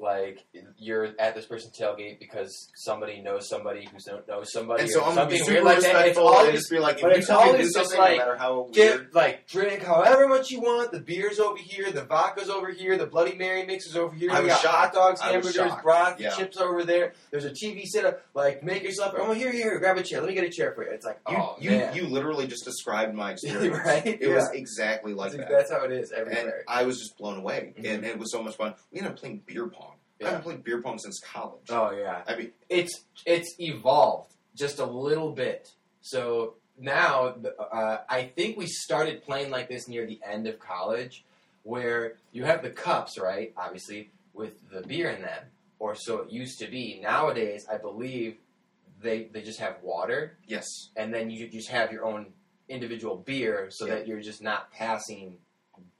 [SPEAKER 2] like you're at this person's tailgate because somebody knows somebody who don't know somebody.
[SPEAKER 1] And so
[SPEAKER 2] or
[SPEAKER 1] I'm gonna be
[SPEAKER 2] something
[SPEAKER 1] super
[SPEAKER 2] weird like that. It's
[SPEAKER 1] respectful and
[SPEAKER 2] always
[SPEAKER 1] just be like,
[SPEAKER 2] but
[SPEAKER 1] if you
[SPEAKER 2] it's
[SPEAKER 1] tell me to do
[SPEAKER 2] always just
[SPEAKER 1] something,
[SPEAKER 2] like,
[SPEAKER 1] no matter how weird,
[SPEAKER 2] Get like drink however much you want. The beer's over here, the vodka's over here, the Bloody Mary mixer's over here.
[SPEAKER 1] I
[SPEAKER 2] we
[SPEAKER 1] was
[SPEAKER 2] got hot
[SPEAKER 1] shocked.
[SPEAKER 2] dogs,
[SPEAKER 1] I was
[SPEAKER 2] hamburgers,
[SPEAKER 1] shocked.
[SPEAKER 2] broth,
[SPEAKER 1] Yeah.
[SPEAKER 2] chips over there. There's a TV setup. Like make yourself. Oh here, here, grab a chair. Let me get a chair for you. It's like
[SPEAKER 1] you,
[SPEAKER 2] oh
[SPEAKER 1] you,
[SPEAKER 2] man,
[SPEAKER 1] you literally just described my experience.
[SPEAKER 2] right?
[SPEAKER 1] It
[SPEAKER 2] yeah.
[SPEAKER 1] was exactly like
[SPEAKER 2] that's,
[SPEAKER 1] that.
[SPEAKER 2] that's how it is
[SPEAKER 1] And
[SPEAKER 2] everywhere.
[SPEAKER 1] I was just blown away.
[SPEAKER 2] Mhm.
[SPEAKER 1] And it was so much fun. We ended up playing beer pong. I
[SPEAKER 2] Yeah.
[SPEAKER 1] haven't played beer pong since college.
[SPEAKER 2] Oh yeah.
[SPEAKER 1] I mean,
[SPEAKER 2] it's it's evolved just a little bit. So now uh, I think we started playing like this near the end of college, where you have the cups, right? Obviously, with the beer in them, or so it used to be. Nowadays, I believe they they just have water,
[SPEAKER 1] yes.
[SPEAKER 2] and then you just have your own individual beer, so that you're just not passing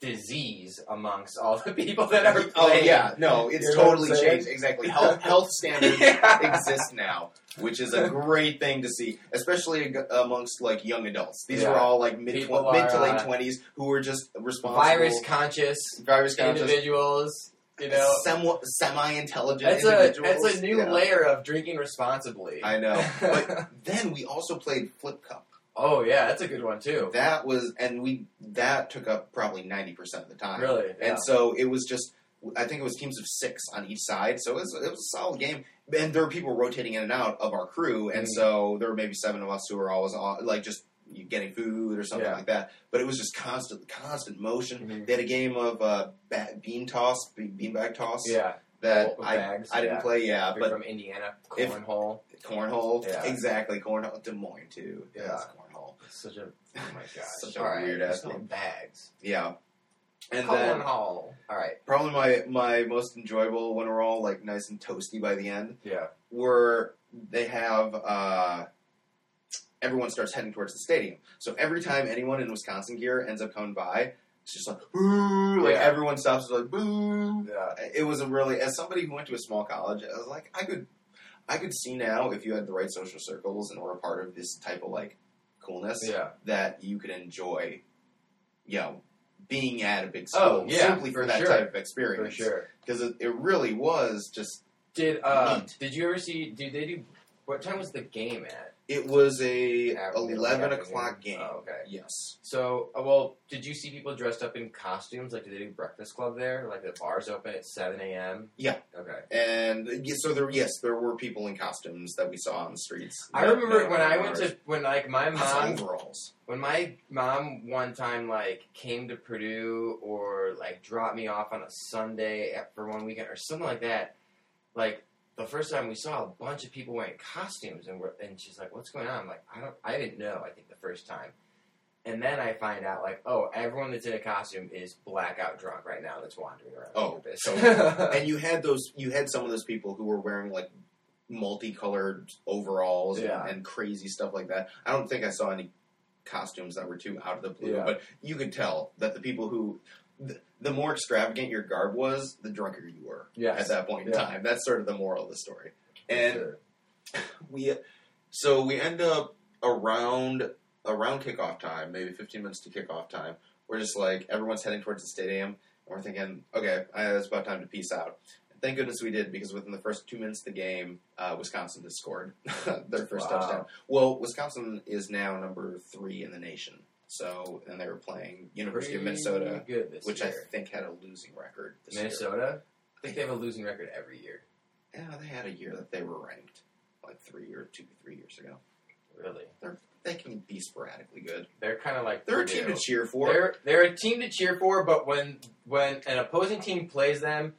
[SPEAKER 2] disease amongst all the people that are playing.
[SPEAKER 1] Oh, yeah. No, it's
[SPEAKER 2] You know what I'm
[SPEAKER 1] totally
[SPEAKER 2] saying?
[SPEAKER 1] changed. Exactly. Health, health standards
[SPEAKER 2] yeah.
[SPEAKER 1] exist now, which is a great thing to see, especially ag- amongst like young adults. These
[SPEAKER 2] Yeah.
[SPEAKER 1] are all like mid,
[SPEAKER 2] People
[SPEAKER 1] twen- mid to
[SPEAKER 2] are,
[SPEAKER 1] late
[SPEAKER 2] uh,
[SPEAKER 1] twenties who were just responsible
[SPEAKER 2] Virus conscious.
[SPEAKER 1] virus conscious
[SPEAKER 2] individuals. You know,
[SPEAKER 1] Somewhat semi-intelligent
[SPEAKER 2] that's a
[SPEAKER 1] individuals.
[SPEAKER 2] that's a new
[SPEAKER 1] Yeah.
[SPEAKER 2] layer of drinking responsibly.
[SPEAKER 1] I know, but then we also played Flip Cup.
[SPEAKER 2] oh yeah, that's a good one too.
[SPEAKER 1] That was, and we that took up probably ninety percent of the time.
[SPEAKER 2] Really, yeah.
[SPEAKER 1] And so it was just, I think it was teams of six on each side. So it was, it was a solid game. And there were people rotating in and out of our crew. And
[SPEAKER 2] Mhm.
[SPEAKER 1] so there were maybe seven of us who were always all, like just getting food or something
[SPEAKER 2] Yeah.
[SPEAKER 1] like that. But it was just constant, constant motion.
[SPEAKER 2] Mhm.
[SPEAKER 1] They had a game of uh, bat, bean toss, be- beanbag toss
[SPEAKER 2] yeah,
[SPEAKER 1] that
[SPEAKER 2] With
[SPEAKER 1] I,
[SPEAKER 2] bags,
[SPEAKER 1] I didn't
[SPEAKER 2] yeah.
[SPEAKER 1] play. Yeah,
[SPEAKER 2] They're
[SPEAKER 1] but
[SPEAKER 2] from Indiana,
[SPEAKER 1] if-
[SPEAKER 2] cornhole.
[SPEAKER 1] cornhole,
[SPEAKER 2] Yeah.
[SPEAKER 1] exactly cornhole. Des Moines too.
[SPEAKER 2] Yeah.
[SPEAKER 1] It's cornhole.
[SPEAKER 2] Such a oh my gosh,
[SPEAKER 1] Such a
[SPEAKER 2] All right,
[SPEAKER 1] weird-ass
[SPEAKER 2] it's called
[SPEAKER 1] name.
[SPEAKER 2] bags.
[SPEAKER 1] Yeah. And then
[SPEAKER 2] cornhole. All right,
[SPEAKER 1] probably my my most enjoyable when we're all like nice and toasty by the end
[SPEAKER 2] yeah,
[SPEAKER 1] were they have uh everyone starts heading towards the stadium so every time anyone in wisconsin gear ends up coming by it's just like boo like
[SPEAKER 2] Yeah.
[SPEAKER 1] everyone stops and is like boo
[SPEAKER 2] yeah.
[SPEAKER 1] it was a really as somebody who went to a small college i was like i could i could see now if you had the right social circles and were a part of this type of like coolness
[SPEAKER 2] Yeah.
[SPEAKER 1] that you could enjoy you know being at a big school
[SPEAKER 2] Oh, yeah,
[SPEAKER 1] simply for,
[SPEAKER 2] for
[SPEAKER 1] that
[SPEAKER 2] sure.
[SPEAKER 1] type of experience
[SPEAKER 2] For sure.
[SPEAKER 1] because it, it really was just
[SPEAKER 2] Did uh,
[SPEAKER 1] Neat.
[SPEAKER 2] did you ever see? Did they do? What time was the game at?
[SPEAKER 1] it was a
[SPEAKER 2] At-
[SPEAKER 1] eleven
[SPEAKER 2] afternoon?
[SPEAKER 1] o'clock game.
[SPEAKER 2] Oh, okay.
[SPEAKER 1] Yes,
[SPEAKER 2] So, uh, well, did you see people dressed up in costumes? Like, did they do Breakfast Club there? Like, the bars open at seven a.m.
[SPEAKER 1] Yeah.
[SPEAKER 2] Okay.
[SPEAKER 1] and yeah, so there yes there were people in costumes that we saw on the streets.
[SPEAKER 2] I
[SPEAKER 1] that-
[SPEAKER 2] remember
[SPEAKER 1] that
[SPEAKER 2] when I
[SPEAKER 1] were
[SPEAKER 2] went to when like my
[SPEAKER 1] Lots of
[SPEAKER 2] mom
[SPEAKER 1] overalls.
[SPEAKER 2] when my mom one time like came to Purdue or like dropped me off on a Sunday at- for one weekend or something like that, like the first time we saw a bunch of people wearing costumes and we're, and she's like, "What's going on?" I'm like, "I don't, I didn't know." I think the first time, and then I find out like, "Oh, everyone that's in a costume is blackout drunk right now. That's wandering around."
[SPEAKER 1] Oh,
[SPEAKER 2] campus."
[SPEAKER 1] so- And you had those you had some of those people who were wearing like multicolored overalls
[SPEAKER 2] Yeah.
[SPEAKER 1] and, and crazy stuff like that. I don't think I saw any costumes that were too out of the blue,
[SPEAKER 2] Yeah.
[SPEAKER 1] but you could tell that the people who the, the more extravagant your garb was, the drunker you were.
[SPEAKER 2] yes,
[SPEAKER 1] at that point in
[SPEAKER 2] Yeah.
[SPEAKER 1] time. That's sort of the moral of the story.
[SPEAKER 2] for
[SPEAKER 1] And
[SPEAKER 2] sure.
[SPEAKER 1] we, so we end up around around kickoff time, maybe 15 minutes to kickoff time. We're just like everyone's heading towards the stadium, and we're thinking, okay, uh, it's about time to peace out. Thank goodness we did because within the first two minutes of the game, uh, Wisconsin has scored their first
[SPEAKER 2] Wow.
[SPEAKER 1] touchdown. Well, Wisconsin is now number three in the nation. So, and they were playing University of
[SPEAKER 2] Pretty
[SPEAKER 1] Minnesota,
[SPEAKER 2] good this
[SPEAKER 1] which I
[SPEAKER 2] year.
[SPEAKER 1] think had a losing record. This year.
[SPEAKER 2] Minnesota. I think they have a losing record every year.
[SPEAKER 1] Yeah, they had a year that they were ranked, like three or two, three years ago.
[SPEAKER 2] Really,
[SPEAKER 1] They can be sporadically good.
[SPEAKER 2] they're kind of like
[SPEAKER 1] They're a
[SPEAKER 2] Purdue.
[SPEAKER 1] team to cheer for.
[SPEAKER 2] They're they're a team to cheer for, but when when an opposing team plays them,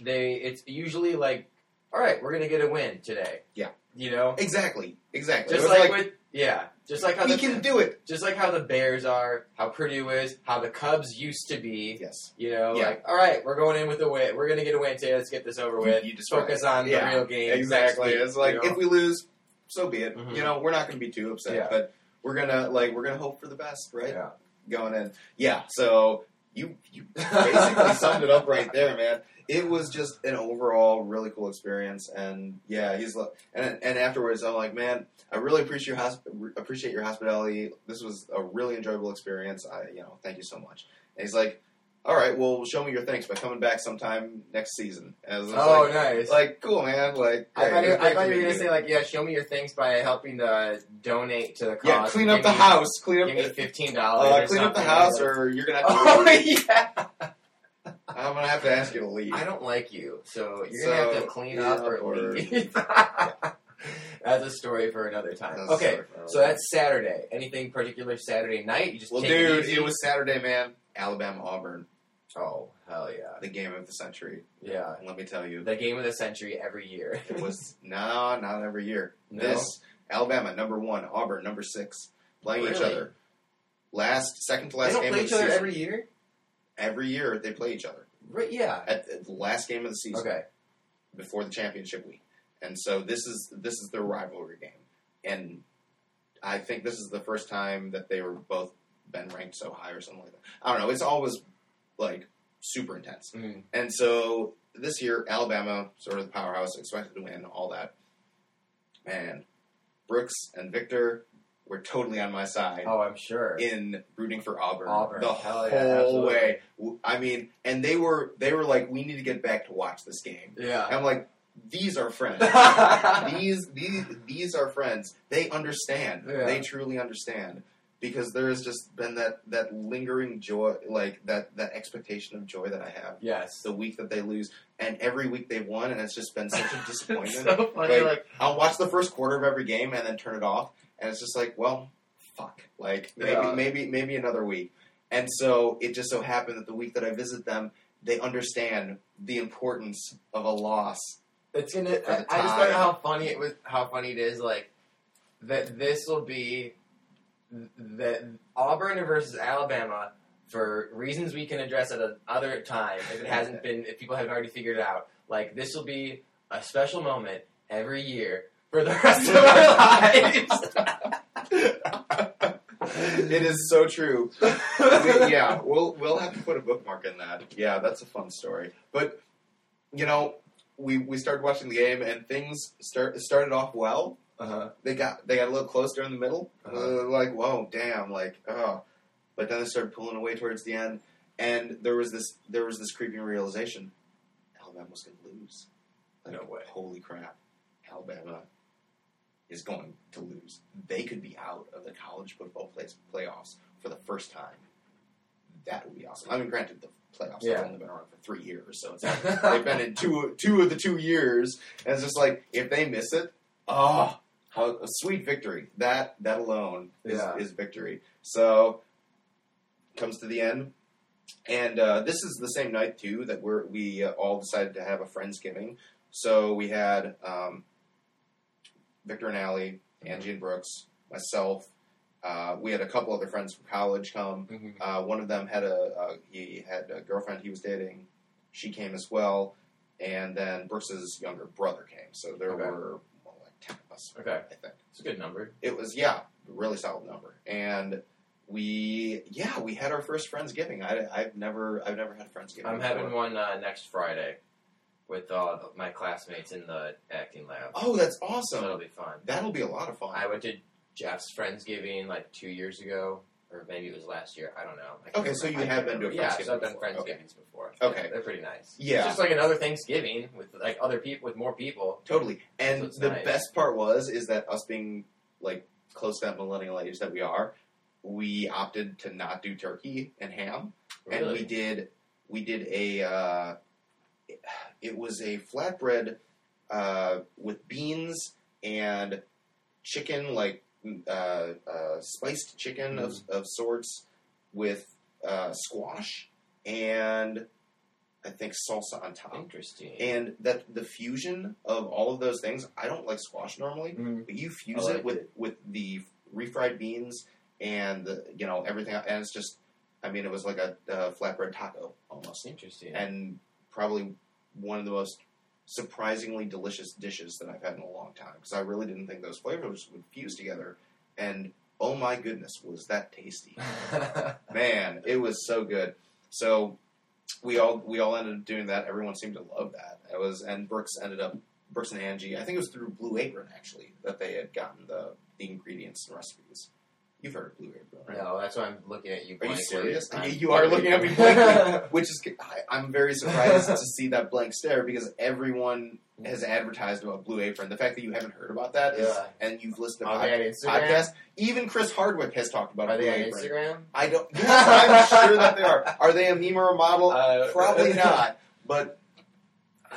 [SPEAKER 2] they it's usually like, all right, we're gonna get a win today.
[SPEAKER 1] Yeah.
[SPEAKER 2] you know,
[SPEAKER 1] exactly, exactly. It
[SPEAKER 2] just
[SPEAKER 1] was
[SPEAKER 2] like, with yeah, just like how
[SPEAKER 1] we
[SPEAKER 2] the
[SPEAKER 1] can do it.
[SPEAKER 2] just like how the Bears are, how Purdue is, how the Cubs used to be.
[SPEAKER 1] Yes,
[SPEAKER 2] You know,
[SPEAKER 1] Yeah.
[SPEAKER 2] like all right, we're going in with a win. We're gonna get a win today. Let's get this over
[SPEAKER 1] You-
[SPEAKER 2] with.
[SPEAKER 1] you described
[SPEAKER 2] focus
[SPEAKER 1] it.
[SPEAKER 2] on
[SPEAKER 1] Yeah,
[SPEAKER 2] the real game. next
[SPEAKER 1] exactly.
[SPEAKER 2] week,
[SPEAKER 1] It's like
[SPEAKER 2] you know?
[SPEAKER 1] if we lose, so be it.
[SPEAKER 2] Mhm.
[SPEAKER 1] You know, we're not going to be too upset,
[SPEAKER 2] Yeah.
[SPEAKER 1] but we're gonna like we're gonna hope for the best, right?
[SPEAKER 2] Yeah.
[SPEAKER 1] Going in, yeah. So you you basically summed it up right there, man. It was just an overall really cool experience, and yeah, he's like, and and afterwards, I'm like, man, I really appreciate your hosp- appreciate your hospitality. This was a really enjoyable experience. I, you know, thank you so much. And he's like, all right, well, show me your thanks by coming back sometime next season. And I was
[SPEAKER 2] oh,
[SPEAKER 1] like,
[SPEAKER 2] nice.
[SPEAKER 1] like cool, man. Like,
[SPEAKER 2] I
[SPEAKER 1] great.
[SPEAKER 2] thought, you,
[SPEAKER 1] It's great
[SPEAKER 2] I thought you were
[SPEAKER 1] meeting
[SPEAKER 2] gonna say like, yeah, show me your things by helping to donate to the cause.
[SPEAKER 1] yeah, clean up
[SPEAKER 2] Give
[SPEAKER 1] the
[SPEAKER 2] me-
[SPEAKER 1] house, clean
[SPEAKER 2] Give me
[SPEAKER 1] up,
[SPEAKER 2] fifteen
[SPEAKER 1] uh,
[SPEAKER 2] dollars.
[SPEAKER 1] clean up the house, or you're gonna have to.
[SPEAKER 2] oh
[SPEAKER 1] leave.
[SPEAKER 2] yeah.
[SPEAKER 1] I'm gonna have to ask you to leave.
[SPEAKER 2] I don't like you, so you're gonna have
[SPEAKER 1] So,
[SPEAKER 2] to clean
[SPEAKER 1] yeah,
[SPEAKER 2] up or,
[SPEAKER 1] or-
[SPEAKER 2] leave. that's a story for another time.
[SPEAKER 1] That's
[SPEAKER 2] okay,
[SPEAKER 1] sorry for-
[SPEAKER 2] so that's Saturday. Anything particular Saturday night? You just
[SPEAKER 1] well,
[SPEAKER 2] take it
[SPEAKER 1] dude.
[SPEAKER 2] easy?
[SPEAKER 1] It was Saturday, man. Alabama Auburn,
[SPEAKER 2] oh hell yeah
[SPEAKER 1] the game of the century.
[SPEAKER 2] yeah
[SPEAKER 1] Let me tell you,
[SPEAKER 2] the game of the century every year.
[SPEAKER 1] it was no, not every year.
[SPEAKER 2] No?
[SPEAKER 1] This Alabama number one, Auburn number six, playing each
[SPEAKER 2] Really?
[SPEAKER 1] other. Last, second to
[SPEAKER 2] they
[SPEAKER 1] last
[SPEAKER 2] don't
[SPEAKER 1] game
[SPEAKER 2] play
[SPEAKER 1] of
[SPEAKER 2] each
[SPEAKER 1] the
[SPEAKER 2] other
[SPEAKER 1] season.
[SPEAKER 2] every year.
[SPEAKER 1] Every year they play each other
[SPEAKER 2] Right? Yeah.
[SPEAKER 1] at the- the last game of the season.
[SPEAKER 2] Okay.
[SPEAKER 1] before the championship week, and so this is this is their rivalry game, and I think this is the first time that they were both been ranked so high or something like that. I don't know. It's always like super intense,
[SPEAKER 2] Mm.
[SPEAKER 1] and so this year Alabama, sort of the powerhouse, expected to win all that. Man, Brooks and Victor were totally on my side
[SPEAKER 2] Oh, I'm sure.
[SPEAKER 1] in rooting for Auburn,
[SPEAKER 2] Auburn.
[SPEAKER 1] the
[SPEAKER 2] Hell yeah,
[SPEAKER 1] whole
[SPEAKER 2] absolutely.
[SPEAKER 1] way. W- I mean, and they were they were like, we need to get back to watch this game.
[SPEAKER 2] yeah.
[SPEAKER 1] I'm like, these are friends. these these these are friends. They understand.
[SPEAKER 2] Yeah.
[SPEAKER 1] They truly understand because there has just been that that lingering joy, like that that expectation of joy that I have.
[SPEAKER 2] yes.
[SPEAKER 1] The week that they lose, and every week they won, and it's just been such a disappointment.
[SPEAKER 2] so funny.
[SPEAKER 1] Like,
[SPEAKER 2] Like,
[SPEAKER 1] I'll watch the first quarter of every game and then turn it off, and it's just like, well, fuck, like maybe
[SPEAKER 2] Yeah.
[SPEAKER 1] maybe maybe another week. And so it just so happened that the week that I visit them, they understand the importance of a loss.
[SPEAKER 2] It's gonna.
[SPEAKER 1] For
[SPEAKER 2] I,
[SPEAKER 1] the
[SPEAKER 2] I just don't
[SPEAKER 1] time.
[SPEAKER 2] know how funny it was. How funny it is. Like that. This will be that Auburn versus Alabama for reasons we can address at another time. If it hasn't been, if people haven't already figured it out, like this will be a special moment every year for the rest of our lives.
[SPEAKER 1] it is so true. We- yeah, we'll we'll have to put a bookmark in that. Yeah, that's a fun story. But you know, we we started watching the game and things start started off well,
[SPEAKER 2] Uh-huh.
[SPEAKER 1] they got they got a little close during the middle.
[SPEAKER 2] Uh-huh.
[SPEAKER 1] Uh, like, whoa, damn, like, oh. But then they started pulling away towards the end, and there was this there was this creeping realization: Alabama was going to lose. Like,
[SPEAKER 2] No way.
[SPEAKER 1] Holy crap! Alabama is going to lose. They could be out of the college football play- playoffs for the first time. That would be awesome. I mean, granted, the playoffs
[SPEAKER 2] Yeah.
[SPEAKER 1] have only been around for three years, so it's they've been in two two of the two years, and it's just like if they miss it, ah, how a sweet victory. That that alone is,
[SPEAKER 2] Yeah.
[SPEAKER 1] is victory. So comes to the end, and uh, this is the same night too that we're we uh, all decided to have a friendsgiving. So we had um, Victor and Allie, Angie and Brooks, myself. Uh, we had a couple other friends from college come.
[SPEAKER 2] Mhm.
[SPEAKER 1] Uh, one of them had a uh, he had a girlfriend he was dating. She came as well, and then Brooks's younger brother came. So there
[SPEAKER 2] Okay.
[SPEAKER 1] were well, like ten of us.
[SPEAKER 2] Okay.
[SPEAKER 1] I think
[SPEAKER 2] It's a good number.
[SPEAKER 1] it was yeah, a really solid number. And we yeah we had our first friendsgiving. I I've never I've never had a friendsgiving.
[SPEAKER 2] I'm
[SPEAKER 1] before.
[SPEAKER 2] having one uh, next Friday with uh, my classmates in the acting lab.
[SPEAKER 1] Oh, that's
[SPEAKER 2] So
[SPEAKER 1] awesome.
[SPEAKER 2] that'll be fun.
[SPEAKER 1] That'll be a lot of fun.
[SPEAKER 2] I went to Jeff's Friendsgiving like two years ago, or maybe it was last year. I don't know. I can't
[SPEAKER 1] Okay, so
[SPEAKER 2] remember.
[SPEAKER 1] you
[SPEAKER 2] I
[SPEAKER 1] have been
[SPEAKER 2] can't
[SPEAKER 1] to a
[SPEAKER 2] remember.
[SPEAKER 1] Friendsgiving
[SPEAKER 2] Yeah, so I've done
[SPEAKER 1] before. Okay.
[SPEAKER 2] Friendsgivings before.
[SPEAKER 1] Okay.
[SPEAKER 2] Yeah, they're pretty nice.
[SPEAKER 1] Yeah.
[SPEAKER 2] it's just like another Thanksgiving with like other people, with more people.
[SPEAKER 1] Totally. And
[SPEAKER 2] So it's
[SPEAKER 1] the
[SPEAKER 2] nice.
[SPEAKER 1] best part was is that us being like close to that millennial age that we are, we opted to not do turkey and ham,
[SPEAKER 2] Really,
[SPEAKER 1] and we did we did a uh, it was a flatbread uh, with beans and chicken like uh, uh, spiced chicken of
[SPEAKER 2] Mm.
[SPEAKER 1] of sorts with uh, squash and I think salsa on top.
[SPEAKER 2] interesting.
[SPEAKER 1] And that the fusion of all of those things, I don't like squash normally,
[SPEAKER 2] Mm.
[SPEAKER 1] but you fuse
[SPEAKER 2] I
[SPEAKER 1] it
[SPEAKER 2] like
[SPEAKER 1] with
[SPEAKER 2] it.
[SPEAKER 1] with the refried beans and the, you know everything, and it's just, I mean, it was like a, uh flatbread taco almost,
[SPEAKER 2] interesting.
[SPEAKER 1] and probably one of the most surprisingly delicious dishes that I've had in a long time because I really didn't think those flavors would fuse together, and oh my goodness, was that tasty! Man, it was so good. So we all we all ended up doing that. Everyone seemed to love that. It was and Brooks ended up Brooks and Angie. I think it was through Blue Apron actually that they had gotten the the ingredients and recipes. You've heard of Blue Apron, right?
[SPEAKER 2] no, that's why I'm looking at
[SPEAKER 1] Are
[SPEAKER 2] you.
[SPEAKER 1] you
[SPEAKER 2] blankly.
[SPEAKER 1] serious?
[SPEAKER 2] I'm-
[SPEAKER 1] You are looking at me blankly, which is I, I'm very surprised to see that blank stare because everyone has advertised about Blue Apron. The fact that you haven't heard about that is,
[SPEAKER 2] Yeah.
[SPEAKER 1] and you've listened to
[SPEAKER 2] Are they
[SPEAKER 1] pod-
[SPEAKER 2] on Instagram?
[SPEAKER 1] podcast. Even Chris Hardwick has talked about
[SPEAKER 2] Are
[SPEAKER 1] Blue
[SPEAKER 2] they on
[SPEAKER 1] Apron.
[SPEAKER 2] Instagram?
[SPEAKER 1] I don't. Yes, I'm sure that they are. Are they a meme or a model?
[SPEAKER 2] Uh,
[SPEAKER 1] Probably not. But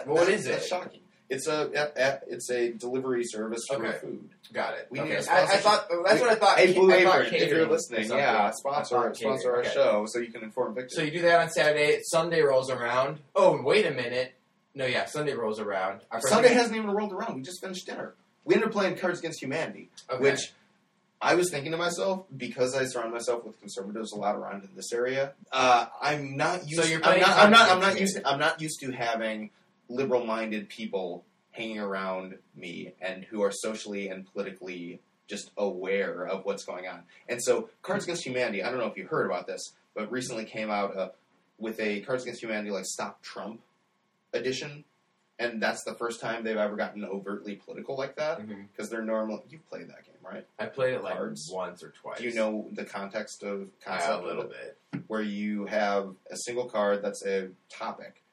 [SPEAKER 2] Well, what
[SPEAKER 1] that-
[SPEAKER 2] is it?
[SPEAKER 1] That's shocking. It's a a- a- it's a delivery service for
[SPEAKER 2] Okay.
[SPEAKER 1] food.
[SPEAKER 2] Got it.
[SPEAKER 1] We
[SPEAKER 2] okay.
[SPEAKER 1] need a
[SPEAKER 2] I, I
[SPEAKER 1] sponsorship.
[SPEAKER 2] thought that's
[SPEAKER 1] We-
[SPEAKER 2] what I thought.
[SPEAKER 1] Hey, Blue
[SPEAKER 2] I thought
[SPEAKER 1] Apron, if
[SPEAKER 2] catering
[SPEAKER 1] you're
[SPEAKER 2] or
[SPEAKER 1] listening,
[SPEAKER 2] something.
[SPEAKER 1] yeah,
[SPEAKER 2] I
[SPEAKER 1] sponsor
[SPEAKER 2] thought
[SPEAKER 1] sponsor our
[SPEAKER 2] catering, okay.
[SPEAKER 1] show so you can inform Victor.
[SPEAKER 2] So you do that on Saturday. Sunday rolls around. Oh, wait a minute. No, yeah, Sunday rolls around. Our first-
[SPEAKER 1] Sunday hasn't even rolled around. We just finished dinner. We ended up playing Cards Against Humanity,
[SPEAKER 2] Okay.
[SPEAKER 1] which I was thinking to myself because I surround myself with conservatives a lot around in this area. Uh, I'm not used.
[SPEAKER 2] So you're
[SPEAKER 1] I'm
[SPEAKER 2] playing
[SPEAKER 1] not. I'm not,
[SPEAKER 2] Cards
[SPEAKER 1] I'm not
[SPEAKER 2] Against
[SPEAKER 1] used. I'm not used to having liberal-minded people hanging around me and who are socially and politically just aware of what's going on. And so, Cards Against Humanity. I don't know if you heard about this, but recently came out uh, with a Cards Against Humanity like Stop Trump edition, and that's the first time they've ever gotten overtly political like that
[SPEAKER 3] Mhm.
[SPEAKER 1] because they're normal. You play that game, right?
[SPEAKER 2] I played it like
[SPEAKER 1] Mm-hmm. Cards.
[SPEAKER 2] once or twice.
[SPEAKER 1] Do you know the context of concept
[SPEAKER 2] Yeah, a
[SPEAKER 1] of
[SPEAKER 2] little
[SPEAKER 1] it?
[SPEAKER 2] bit.
[SPEAKER 1] where you have a single card that's a topic,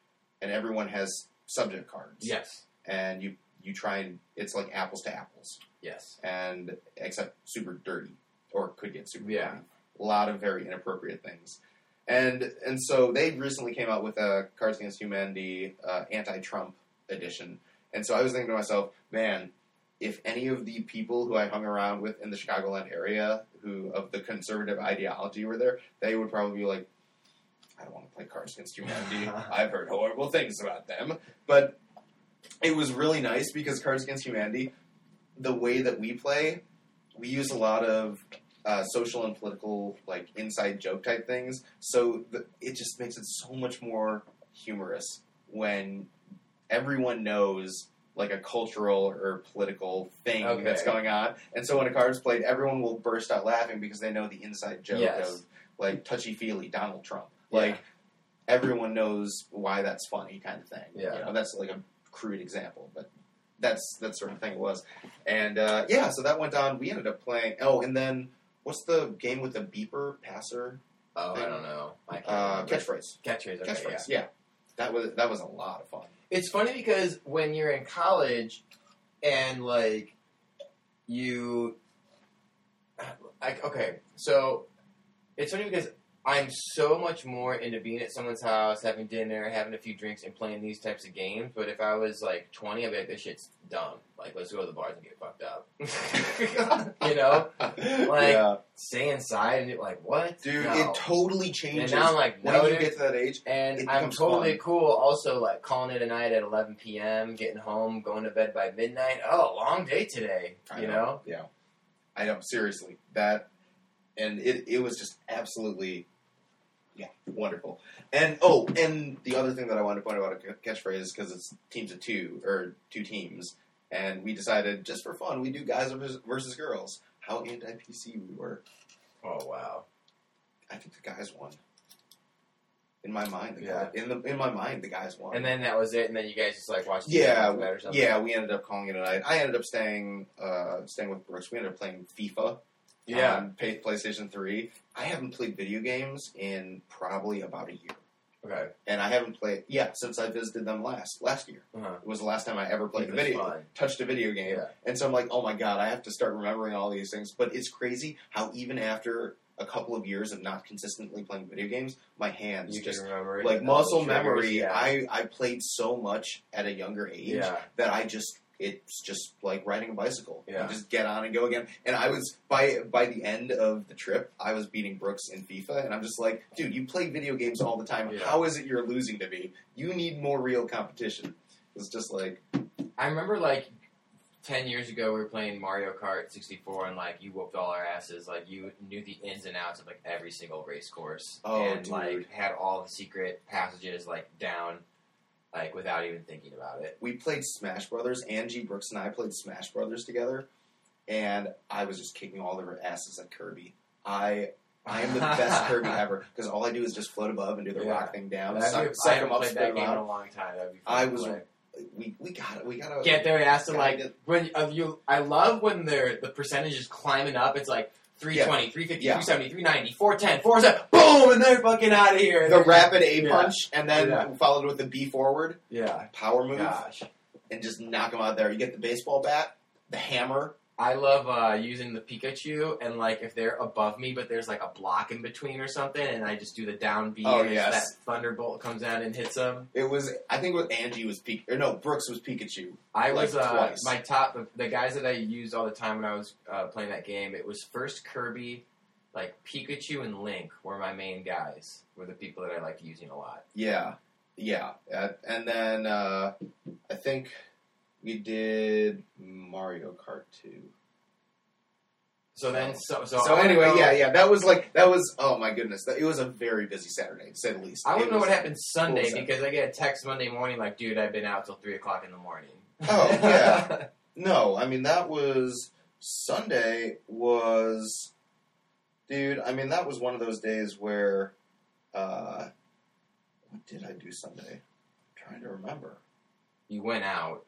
[SPEAKER 1] and everyone has subject cards.
[SPEAKER 2] Yes,
[SPEAKER 1] and you you try and it's like apples to apples,
[SPEAKER 2] yes.
[SPEAKER 1] and except super dirty or could get super
[SPEAKER 2] Yeah.
[SPEAKER 1] dirty. A lot of very inappropriate things, and and so they recently came out with a Cards Against Humanity uh, anti-Trump edition, and so I was thinking to myself, man. If any of the people who I hung around with in the Chicagoland area, who of the conservative ideology, were there, they would probably be like, "I don't want to play Cards Against Humanity. I've heard horrible things about them." But it was really nice because Cards Against Humanity, the way that we play, we use a lot of uh, social and political like inside joke type things. So the, it just makes it so much more humorous when everyone knows like a cultural or political thing
[SPEAKER 2] Okay.
[SPEAKER 1] that's going on. And so when a card's played, everyone will burst out laughing because they know the inside joke
[SPEAKER 2] Yes.
[SPEAKER 1] of like touchy feely Donald Trump.
[SPEAKER 2] Yeah.
[SPEAKER 1] Like everyone knows why that's funny kind of thing.
[SPEAKER 2] Yeah.
[SPEAKER 1] You know, that's like a crude example, but that's that sort of thing it was. And uh, yeah, so that went on. We ended up playing oh, and then what's the game with the beeper passer?
[SPEAKER 2] Oh, I don't know. I can't
[SPEAKER 1] Uh,
[SPEAKER 2] remember.
[SPEAKER 1] catchphrase.
[SPEAKER 2] catchphrase. Okay,
[SPEAKER 1] Catchphrase,
[SPEAKER 2] yeah.
[SPEAKER 1] yeah. That was that was a lot of fun.
[SPEAKER 2] It's funny because when you're in college and like you like okay, so it's funny because I'm so much more into being at someone's house, having dinner, having a few drinks, and playing these types of games. But if I was like 20, I'd be like, this shit's dumb. Like, let's go to the bars and get fucked up. you know?
[SPEAKER 1] yeah.
[SPEAKER 2] Stay inside and you're like, what?
[SPEAKER 1] Dude,
[SPEAKER 2] No.
[SPEAKER 1] it totally changes.
[SPEAKER 2] And now I'm like,
[SPEAKER 1] when
[SPEAKER 2] no,
[SPEAKER 1] you
[SPEAKER 2] dude.
[SPEAKER 1] get to that age, It
[SPEAKER 2] And I'm
[SPEAKER 1] becomes
[SPEAKER 2] totally
[SPEAKER 1] fun.
[SPEAKER 2] cool. Also, like calling it a night at 11 p.m., getting home, going to bed by midnight. Oh, long day today.
[SPEAKER 1] I
[SPEAKER 2] You know?
[SPEAKER 1] Yeah. I know, seriously. That and it it was just absolutely yeah, wonderful. And oh, and the other thing that I wanted to point out about a catchphrase because it's teams of two or two teams, and we decided just for fun we do guys versus- versus girls. How anti PC we were!
[SPEAKER 2] Oh wow.
[SPEAKER 1] I think the guys won. In my mind, the
[SPEAKER 2] Yeah.
[SPEAKER 1] guy, in the in my mind the guys won.
[SPEAKER 2] And then that was it. And then you guys just like watched. TV
[SPEAKER 1] Yeah,
[SPEAKER 2] after that or something.
[SPEAKER 1] yeah, we ended up calling it a night. I ended up staying uh, staying with Brooks. We ended up playing FIFA.
[SPEAKER 2] Yeah.
[SPEAKER 1] on Um, Pay- PlayStation 3. I haven't played video games in probably about a year.
[SPEAKER 2] okay.
[SPEAKER 1] And I haven't played, yeah, since I visited them last, last year.
[SPEAKER 2] Uh-huh.
[SPEAKER 1] It was the last time I ever played
[SPEAKER 2] It
[SPEAKER 1] a
[SPEAKER 2] was
[SPEAKER 1] video,
[SPEAKER 2] fun.
[SPEAKER 1] touched a video game.
[SPEAKER 2] Yeah.
[SPEAKER 1] And so I'm like, oh my god, I have to start remembering all these things. But it's crazy how even after a couple of years of not consistently playing video games, my hands
[SPEAKER 2] You
[SPEAKER 1] just,
[SPEAKER 2] can remember it.
[SPEAKER 1] like
[SPEAKER 2] and all the
[SPEAKER 1] muscle
[SPEAKER 2] triggers,
[SPEAKER 1] memory,
[SPEAKER 2] Yeah.
[SPEAKER 1] I, I played so much at a younger age
[SPEAKER 2] yeah.
[SPEAKER 1] that I just it's just like riding a bicycle.
[SPEAKER 2] Yeah.
[SPEAKER 1] You just get on and go again. And I was by by the end of the trip, I was beating Brooks in FIFA, and I'm just like, dude, you play video games all the time.
[SPEAKER 2] Yeah.
[SPEAKER 1] How is it you're losing to me? You need more real competition. It's just like
[SPEAKER 2] I remember like ten years ago we were playing Mario Kart 64 and like you whooped all our asses. Like you knew the ins and outs of like every single race course.
[SPEAKER 1] Oh,
[SPEAKER 2] and
[SPEAKER 1] dude.
[SPEAKER 2] like had all the secret passages like down, like without even thinking about it.
[SPEAKER 1] we played Smash Brothers. Angie Brooks and I played Smash Brothers together, and I was just kicking all their asses at Kirby. I I am the best Kirby ever because all I do is just float above and do the
[SPEAKER 2] Yeah.
[SPEAKER 1] rock thing down,
[SPEAKER 2] That'd
[SPEAKER 1] suck,
[SPEAKER 2] be- I
[SPEAKER 1] suck
[SPEAKER 2] haven't
[SPEAKER 1] them up,
[SPEAKER 2] played
[SPEAKER 1] spin
[SPEAKER 2] that
[SPEAKER 1] them
[SPEAKER 2] game in a
[SPEAKER 1] out.
[SPEAKER 2] long time. That'd be fun
[SPEAKER 1] I
[SPEAKER 2] to
[SPEAKER 1] was-
[SPEAKER 2] play.
[SPEAKER 1] We we got to We got to
[SPEAKER 2] get their ass to
[SPEAKER 1] Yeah,
[SPEAKER 2] like
[SPEAKER 1] I did.
[SPEAKER 2] when uh, you. I love when they're the percentage is climbing up. It's like. 320, 350,
[SPEAKER 1] Yeah.
[SPEAKER 2] 370, 390, 410, 407, boom, and they're fucking out of here. And
[SPEAKER 1] the
[SPEAKER 2] they're-
[SPEAKER 1] rapid A
[SPEAKER 2] Yeah.
[SPEAKER 1] punch and then
[SPEAKER 2] Yeah.
[SPEAKER 1] followed with the B forward
[SPEAKER 2] Yeah.
[SPEAKER 1] power move
[SPEAKER 2] Gosh.
[SPEAKER 1] and just knock him out there. You get the baseball bat, the hammer.
[SPEAKER 2] I love uh, using the Pikachu, and like if they're above me, but there's like a block in between or something, and I just do the down B,
[SPEAKER 1] Oh,
[SPEAKER 2] and it's
[SPEAKER 1] yes.
[SPEAKER 2] that thunderbolt comes out and hits them.
[SPEAKER 1] It was I think what Angie was Pikachu or no Brooks was Pikachu.
[SPEAKER 2] I
[SPEAKER 1] Like
[SPEAKER 2] was uh,
[SPEAKER 1] twice.
[SPEAKER 2] my top the, the guys that I used all the time when I was uh, playing that game. It was first Kirby, like Pikachu and Link were my main guys. Were the people that I liked using a lot.
[SPEAKER 1] Yeah, yeah, Uh, and then uh, I think we did Mario Kart two.
[SPEAKER 2] So then, so so,
[SPEAKER 1] So,
[SPEAKER 2] I wanna
[SPEAKER 1] anyway,
[SPEAKER 2] know-
[SPEAKER 1] yeah, yeah, that was like that was oh my goodness, that, it was a very busy Saturday to say the least.
[SPEAKER 2] I want
[SPEAKER 1] It
[SPEAKER 2] to know
[SPEAKER 1] was-
[SPEAKER 2] what happened Sunday
[SPEAKER 1] was that?
[SPEAKER 2] because I get a text Monday morning like, dude, I've been out till three o'clock in the morning.
[SPEAKER 1] Oh, yeah. No, I mean that was Sunday was dude, I mean that was one of those days where uh what did I do Sunday? I'm trying to remember.
[SPEAKER 2] you went out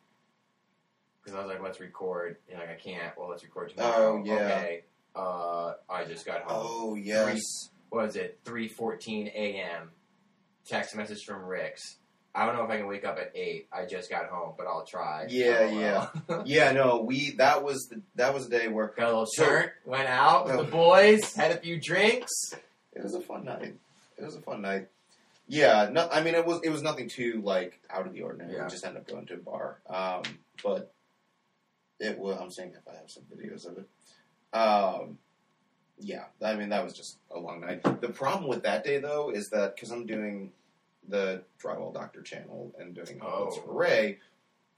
[SPEAKER 2] because I was like, let's record. You're like, I can't. Well, let's record
[SPEAKER 1] Oh,
[SPEAKER 2] tomorrow.
[SPEAKER 1] yeah.
[SPEAKER 2] Okay. Uh, I just got home.
[SPEAKER 1] Oh yes.
[SPEAKER 2] What was it? Three fourteen a.m. Text message from Ricks. I don't know if I can wake up at eight. I just got home, but I'll try.
[SPEAKER 1] Yeah,
[SPEAKER 2] LOL.
[SPEAKER 1] yeah. yeah, no, we that was the that was the day where
[SPEAKER 2] Got a little
[SPEAKER 1] So-
[SPEAKER 2] shirt. Went out
[SPEAKER 1] Oh.
[SPEAKER 2] with the boys. Had a few drinks.
[SPEAKER 1] it was a fun night. It was a fun night. Yeah, no, I mean it was it was nothing too like out of the ordinary.
[SPEAKER 2] Yeah.
[SPEAKER 1] We just ended up going to a bar, um, but it was. I'm saying if I have some videos of it, um, yeah, I mean that was just a long night. The problem with that day though is that because I'm doing the drywall doctor channel and doing uploads
[SPEAKER 2] Oh.
[SPEAKER 1] for Ray,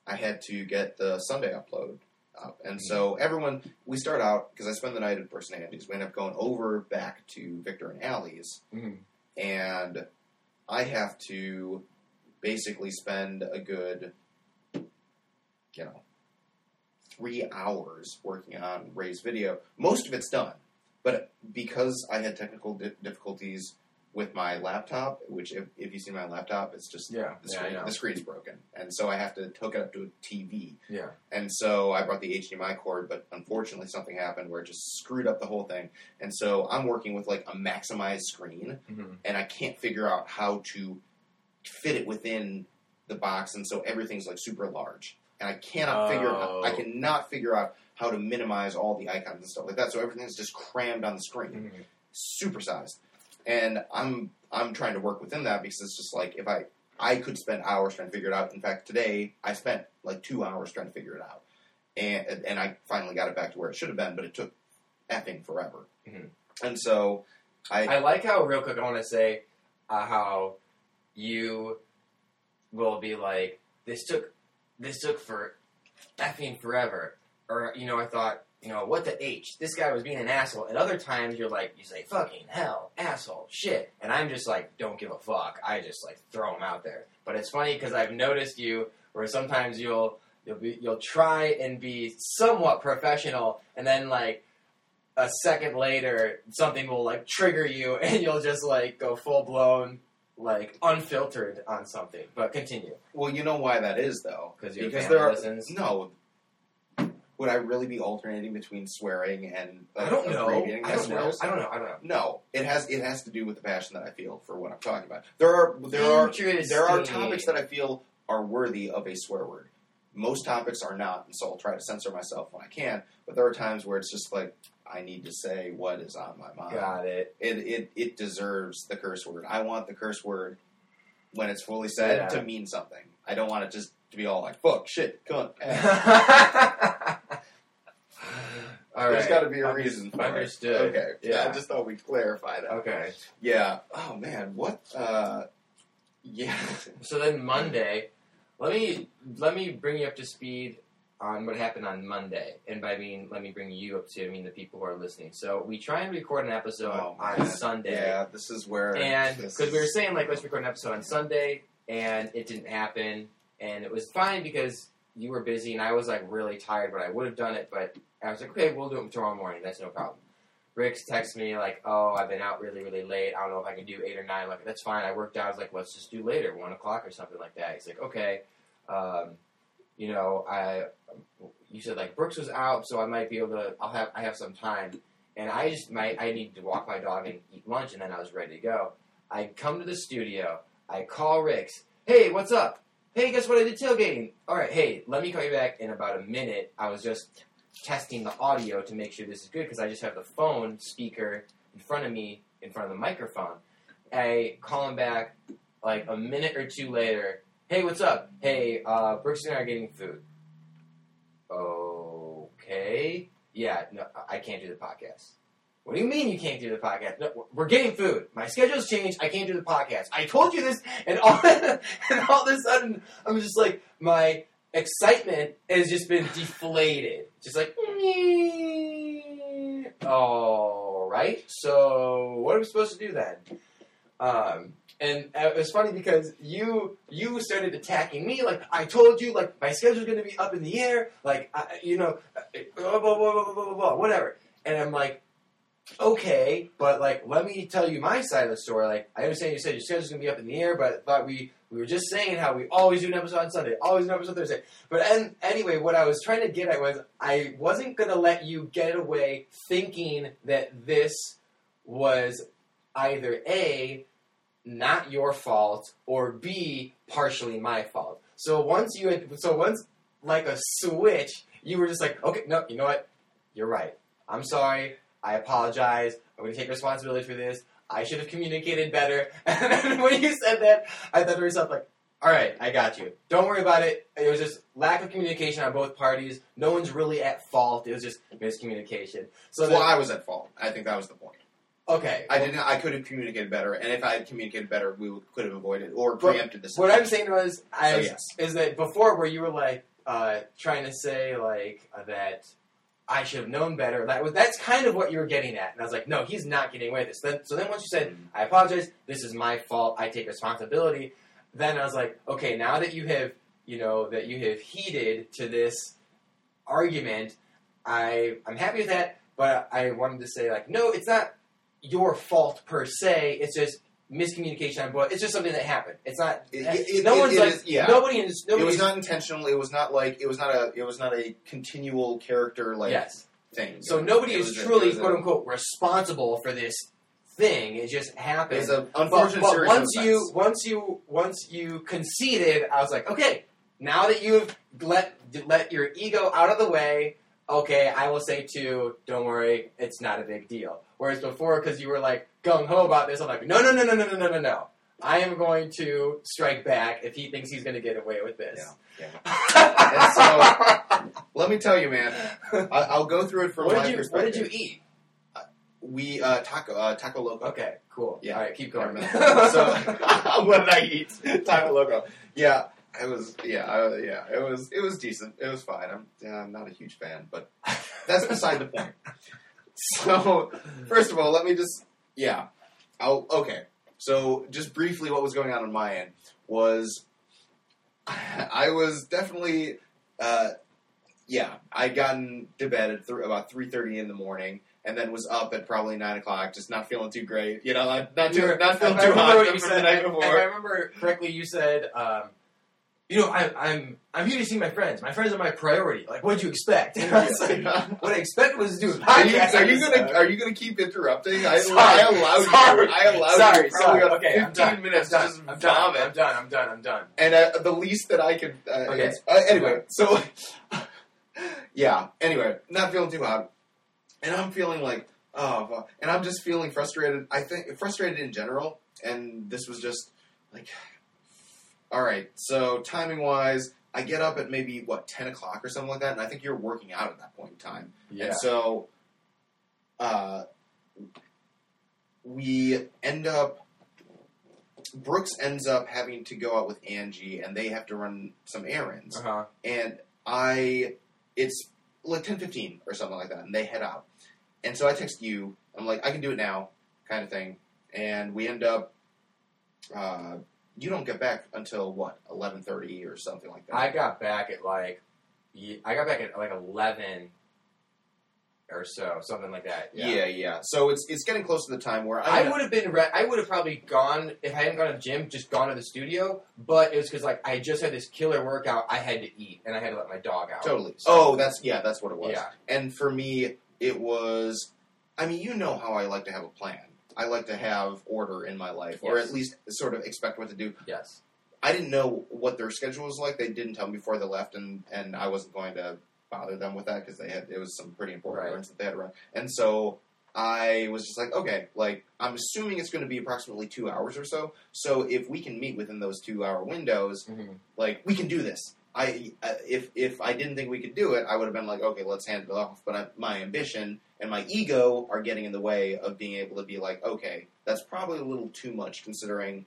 [SPEAKER 1] I had to get the Sunday upload up, and so everyone we start out because I spend the night at Burst and Andy's. We end up going over back to Victor and Allie's,
[SPEAKER 2] Mhm.
[SPEAKER 1] and I have to basically spend a good, you know, three hours working on Ray's video. Most of it's done, but because I had technical di- difficulties with my laptop, which if, if you see my laptop, it's just
[SPEAKER 2] Yeah.
[SPEAKER 1] the
[SPEAKER 2] Yeah.
[SPEAKER 1] screen,
[SPEAKER 2] yeah.
[SPEAKER 1] the screen's broken, and so I have to hook it up to a TV.
[SPEAKER 2] Yeah.
[SPEAKER 1] And so I brought the HDMI cord, but unfortunately something happened where it just screwed up the whole thing. And so I'm working with like a maximized screen,
[SPEAKER 2] Mhm.
[SPEAKER 1] and I can't figure out how to fit it within the box, and so everything's like super large. And I cannot figure out, I
[SPEAKER 2] Oh.
[SPEAKER 1] cannot figure out how to minimize all the icons and stuff like that. So everything's just crammed on the screen
[SPEAKER 2] Mhm.
[SPEAKER 1] supersized. And I'm I'm trying to work within that because it's just like if I I could spend hours trying to figure it out. In fact, today I spent like two hours trying to figure it out, and and I finally got it back to where it should have been, but it took effing forever.
[SPEAKER 2] Mhm.
[SPEAKER 1] And so I,
[SPEAKER 2] I like how real quick I want to say uh, how you will be like this took this took for effing forever, or you know I thought you know what the h this guy was being an asshole, and other times you're like you say fucking hell asshole shit, and I'm just like don't give a fuck I just like throw him out there. But it's funny because I've noticed you where sometimes you'll you'll be you'll try and be somewhat professional, and then like a second later, something will like trigger you, and you'll just like go full blown, like unfiltered on something. But continue,
[SPEAKER 1] well, you know why that is though,
[SPEAKER 2] because your
[SPEAKER 1] because
[SPEAKER 2] family
[SPEAKER 1] there are
[SPEAKER 2] listens.
[SPEAKER 1] no. Would I really be alternating between swearing and uh,
[SPEAKER 2] I don't know.
[SPEAKER 1] abbreviating
[SPEAKER 2] I
[SPEAKER 1] my
[SPEAKER 2] don't know.
[SPEAKER 1] swears?
[SPEAKER 2] I don't know. I don't know.
[SPEAKER 1] No, it has it has to do with the passion that I feel for what I'm talking about. There are there are there are topics that I feel are worthy of a swear word. Most topics are not, and so I'll try to censor myself when I can. But there are times where it's just like I need to say what is on my mind.
[SPEAKER 2] got it.
[SPEAKER 1] It it it deserves the curse word. I want the curse word when it's fully said
[SPEAKER 2] Yeah.
[SPEAKER 1] to mean something. I don't want it just to be all like fuck, shit, cunt. eh."
[SPEAKER 2] All
[SPEAKER 1] There's
[SPEAKER 2] right.
[SPEAKER 1] got to be a
[SPEAKER 2] Under-
[SPEAKER 1] reason. For
[SPEAKER 2] Understood.
[SPEAKER 1] It. Okay.
[SPEAKER 2] Yeah.
[SPEAKER 1] I just thought we'd clarify that.
[SPEAKER 2] Okay.
[SPEAKER 1] Yeah. Oh man, what? uh Yeah.
[SPEAKER 2] So then Monday, let me let me bring you up to speed on what happened on Monday, and by mean let me bring you up to I mean the people who are listening. So we try and record an episode
[SPEAKER 1] Oh,
[SPEAKER 2] on
[SPEAKER 1] man.
[SPEAKER 2] Sunday,
[SPEAKER 1] Yeah. This is where
[SPEAKER 2] and
[SPEAKER 1] this
[SPEAKER 2] because we were
[SPEAKER 1] is-
[SPEAKER 2] saying like let's record an episode on Sunday, and it didn't happen, and it was fine because you were busy and I was like really tired, but I would have done it, but I was like okay, we'll do it tomorrow morning. That's no problem. Rick's texts me like, "Oh, I've been out really, really late. I don't know if I can do eight or nine. Like, that's fine. I worked out. I was like, let's just do later, one o'clock or something like that." He's like, "Okay, um, you know, I." You said like Brooks was out, so I might be able to. I'll have I have some time, and I just might. I need to walk my dog and eat lunch, and then I was ready to go. I come to the studio. I call Rick's. Hey, what's up? Hey, guess what? I did tailgating. All right. Hey, let me call you back in about a minute. I was just testing the audio to make sure this is good because I just have the phone speaker in front of me, in front of the microphone. I call him back like a minute or two later. Hey, what's up? Hey, uh, Brooks and I are getting food. Okay. Yeah, no, I- I can't do the podcast. What do you mean you can't do the podcast? No, we're getting food. My schedule's changed. I can't do the podcast. I told you this, and all, and all of a sudden, I'm just like, my excitement has just been deflated. Just like, all right. So what are we supposed to do then? Um, and it was funny because you you started attacking me like I told you like my schedule's going to be up in the air like I, you know blah blah blah blah blah blah blah whatever. And I'm like, okay, but like, let me tell you my side of the story. Like, I understand you said your schedule's gonna be up in the air, but I thought we we were just saying how we always do an episode on Sunday, always do an episode Thursday. But and anyway, what I was trying to get at was I wasn't gonna let you get away thinking that this was either a not your fault or b partially my fault. So once you had, so once like a switch, you were just like, okay, no, you know what, you're right. I'm sorry. I apologize. I'm going to take responsibility for this. I should have communicated better. And then when you said that, I thought to myself, like, all right, I got you. Don't worry about it. It was just lack of communication on both parties. No one's really at fault. It was just miscommunication. So,
[SPEAKER 1] well,
[SPEAKER 2] then,
[SPEAKER 1] I was at fault. I think that was the point.
[SPEAKER 2] okay.
[SPEAKER 1] I didn't. I could have communicated better, and if I had communicated better, we would- could have avoided or
[SPEAKER 2] But
[SPEAKER 1] preempted this.
[SPEAKER 2] What I'm saying was, I
[SPEAKER 1] So,
[SPEAKER 2] was-
[SPEAKER 1] yes.
[SPEAKER 2] is that before where you were like uh, trying to say like uh, that I should have known better. That was that's kind of what you were getting at, and I was like, no, he's not getting away with this. Then, so then once you said,
[SPEAKER 1] Mm.
[SPEAKER 2] I apologize, this is my fault, I take responsibility. Then I was like, okay, now that you have you know that you have heeded to this argument, I I'm happy with that. But I wanted to say like, no, it's not your fault per se. It's just miscommunication on both. It's just something that happened. It's not.
[SPEAKER 1] It- it-
[SPEAKER 2] no
[SPEAKER 1] it-
[SPEAKER 2] one's
[SPEAKER 1] it
[SPEAKER 2] like
[SPEAKER 1] is- yeah.
[SPEAKER 2] nobody is nobody
[SPEAKER 1] it was
[SPEAKER 2] is-
[SPEAKER 1] not intentional. It was not like it was not a it was not a continual character like
[SPEAKER 2] yes.
[SPEAKER 1] thing.
[SPEAKER 2] So nobody
[SPEAKER 1] It
[SPEAKER 2] is
[SPEAKER 1] was a- it
[SPEAKER 2] truly
[SPEAKER 1] was a-
[SPEAKER 2] quote unquote responsible for this thing. It just happened.
[SPEAKER 1] It's an
[SPEAKER 2] But-
[SPEAKER 1] unfortunate
[SPEAKER 2] but,
[SPEAKER 1] series
[SPEAKER 2] once
[SPEAKER 1] of
[SPEAKER 2] you
[SPEAKER 1] events.
[SPEAKER 2] once you once you conceded, I was like, okay, now that you've let let your ego out of the way, okay, I will say too. Don't worry, it's not a big deal. Whereas before, because you were like gung ho about this, I'm like, no, no, no, no, no, no, no, no, no. I am going to strike back if he thinks he's going to get away with this.
[SPEAKER 1] Yeah,
[SPEAKER 2] Yeah.
[SPEAKER 1] let me tell you, man. I, I'll go through it from
[SPEAKER 2] what
[SPEAKER 1] my
[SPEAKER 2] did you What
[SPEAKER 1] perspective.
[SPEAKER 2] did you eat?
[SPEAKER 1] We uh, taco uh, taco loco.
[SPEAKER 2] Okay, cool.
[SPEAKER 1] Yeah.
[SPEAKER 2] All right, keep
[SPEAKER 1] Never
[SPEAKER 2] going.
[SPEAKER 1] mind. so what did I eat? Taco Loco. Yeah, I was. Yeah, I, yeah. It was. It was decent. It was fine. I'm. Yeah, I'm not a huge fan, but that's beside the point. So, first of all, let me just. Yeah. I'll, okay. So, just briefly, what was going on on my end was, I was definitely. Uh, yeah, I'd gotten to bed at thr about three thirty in the morning, and then was up at probably nine o'clock, just not feeling too great. You know, like, not
[SPEAKER 2] You
[SPEAKER 1] too,
[SPEAKER 2] were-
[SPEAKER 1] not feeling
[SPEAKER 2] if I
[SPEAKER 1] too
[SPEAKER 2] remember
[SPEAKER 1] hot
[SPEAKER 2] what
[SPEAKER 1] from
[SPEAKER 2] you
[SPEAKER 1] the
[SPEAKER 2] said,
[SPEAKER 1] night
[SPEAKER 2] If I
[SPEAKER 1] before.
[SPEAKER 2] remember correctly, you said, um, "You know, I, I'm I'm here to see my friends. My friends are my priority. Like, what'd you expect?" And I was like, "What I expected was to do a
[SPEAKER 1] Are you,
[SPEAKER 2] podcast."
[SPEAKER 1] are you gonna
[SPEAKER 2] episode."
[SPEAKER 1] are you gonna keep interrupting? I,
[SPEAKER 2] Sorry.
[SPEAKER 1] I allowed
[SPEAKER 2] Sorry.
[SPEAKER 1] you. I allowed
[SPEAKER 2] sorry,
[SPEAKER 1] you probably
[SPEAKER 2] sorry.
[SPEAKER 1] about
[SPEAKER 2] Okay,
[SPEAKER 1] 15
[SPEAKER 2] I'm done.
[SPEAKER 1] minutes
[SPEAKER 2] I'm done.
[SPEAKER 1] to just
[SPEAKER 2] I'm done.
[SPEAKER 1] vomit.
[SPEAKER 2] I'm done. I'm done. I'm done.
[SPEAKER 1] and uh, the least that I could. Uh,
[SPEAKER 2] Okay.
[SPEAKER 1] it's- uh, anyway, so yeah. Anyway, not feeling too hot, and I'm feeling like oh, fu- and I'm just feeling frustrated. I think frustrated in general, and this was just like, all right. So timing wise, I get up at maybe what ten o'clock or something like that, and I think you're working out at that point in time.
[SPEAKER 2] Yeah.
[SPEAKER 1] And so uh, we end up, Brooks ends up having to go out with Angie and they have to run some errands.
[SPEAKER 2] Uh huh.
[SPEAKER 1] And I, it's like ten fifteen or something like that, and they head out. And so I text you, I'm like, I can do it now, kind of thing. And we end up, uh, you don't get back until what, 11.30 or something like that.
[SPEAKER 2] I got back at like, ye- I got back at like eleven or so, something like that.
[SPEAKER 1] yeah. yeah, So it's it's getting close to the time where
[SPEAKER 2] I
[SPEAKER 1] I'm
[SPEAKER 2] would have been. Re- I would have probably gone if I hadn't gone to the gym. Just gone to the studio, but it was because like I just had this killer workout. I had to eat, and I had to let my dog out.
[SPEAKER 1] Totally.
[SPEAKER 2] So-
[SPEAKER 1] Oh, that's yeah, that's what it was.
[SPEAKER 2] yeah,
[SPEAKER 1] And for me, it was. I mean, you know how I like to have a plan. I like to have order in my life, or
[SPEAKER 2] Yes.
[SPEAKER 1] at least sort of expect what to do.
[SPEAKER 2] yes.
[SPEAKER 1] I didn't know what their schedule was like. They didn't tell me before they left, and and I wasn't going to bother them with that because they had it was some pretty important
[SPEAKER 2] Right.
[SPEAKER 1] runs that they had to run. And so I was just like, okay, like I'm assuming it's going to be approximately two hours or so. So if we can meet within those two hour windows,
[SPEAKER 2] Mhm.
[SPEAKER 1] like we can do this. I uh, if if I didn't think we could do it, I would have been like, okay, let's hand it off. But I, my ambition and my ego are getting in the way of being able to be like, okay, that's probably a little too much considering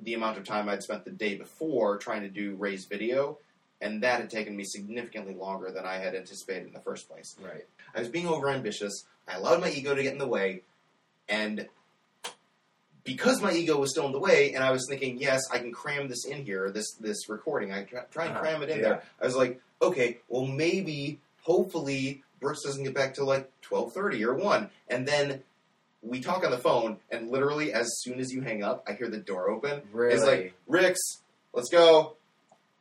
[SPEAKER 1] the amount of time I'd spent the day before trying to do raise video, and that had taken me significantly longer than I had anticipated in the first place.
[SPEAKER 2] Right.
[SPEAKER 1] I was being overambitious. I allowed my ego to get in the way, and because my ego was still in the way, and I was thinking, yes, I can cram this in here, this this recording. I try, try and
[SPEAKER 2] Uh-huh.
[SPEAKER 1] cram it in
[SPEAKER 2] Yeah.
[SPEAKER 1] there. I was like, okay, well, maybe, hopefully, Brooks doesn't get back till like twelve thirty or one, and then we talk on the phone, and literally as soon as you hang up, I hear the door open.
[SPEAKER 2] Really?
[SPEAKER 1] It's like Ricks, let's go,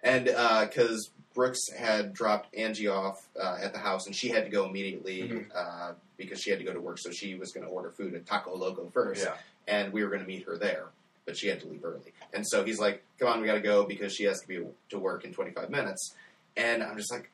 [SPEAKER 1] and because Brooks had dropped Angie off uh, at the house, and she had to go immediately
[SPEAKER 2] Mhm.
[SPEAKER 1] uh, because she had to go to work, so she was going to order food at Taco Loco first
[SPEAKER 2] yeah.
[SPEAKER 1] and we were going to meet her there, but she had to leave early. And so he's like, "Come on, we got to go because she has to be to work in 25 minutes." And I'm just like,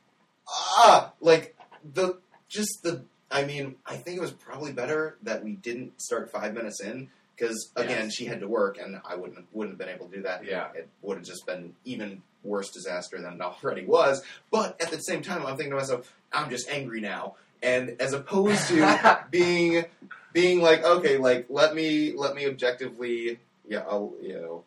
[SPEAKER 1] "Ah, like the just the I mean, I think it was probably better that we didn't start 5 minutes in because again,
[SPEAKER 2] Yes.
[SPEAKER 1] she had to work and I wouldn't wouldn't have been able to do that.
[SPEAKER 2] Yeah.
[SPEAKER 1] It would have just been even worse disaster than it already was. But at the same time, I'm thinking to myself, I'm just angry now. And as opposed to being being like okay like let me let me objectively yeah I'll, you know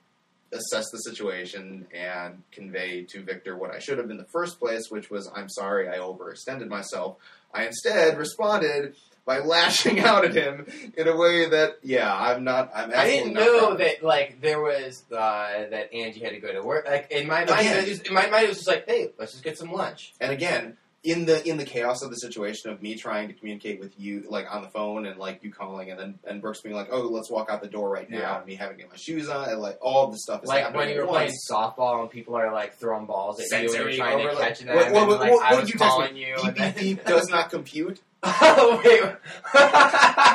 [SPEAKER 1] assess the situation and convey to victor what i should have in the first place which was i'm sorry i overextended myself i instead responded by lashing out at him in a way that yeah i'm not i'm
[SPEAKER 2] I
[SPEAKER 1] absolutely
[SPEAKER 2] didn't
[SPEAKER 1] not proud
[SPEAKER 2] know
[SPEAKER 1] of.
[SPEAKER 2] that like there was uh, that Angie had to go to work. Like in my mind,
[SPEAKER 1] Again.
[SPEAKER 2] it was, in my mind, it was just like, hey, let's just get some lunch.
[SPEAKER 1] and again in the in the chaos of the situation of me trying to communicate with you like on the phone and like you calling and then and Brooks being like oh let's walk out the door right now
[SPEAKER 2] Yeah.
[SPEAKER 1] and me having to get my shoes on and like all of the stuff is
[SPEAKER 2] like
[SPEAKER 1] happening
[SPEAKER 2] when you
[SPEAKER 1] at
[SPEAKER 2] were
[SPEAKER 1] once.
[SPEAKER 2] playing softball and people are like throwing balls at you and
[SPEAKER 1] Sensory
[SPEAKER 2] you're trying to
[SPEAKER 1] overload.
[SPEAKER 2] catch them.
[SPEAKER 1] What- what-
[SPEAKER 2] and,
[SPEAKER 1] what-
[SPEAKER 2] like,
[SPEAKER 1] what
[SPEAKER 2] I
[SPEAKER 1] did
[SPEAKER 2] was
[SPEAKER 1] you text me?
[SPEAKER 2] calling you.
[SPEAKER 1] Beep,
[SPEAKER 2] and then-
[SPEAKER 1] beep, beep does not compute.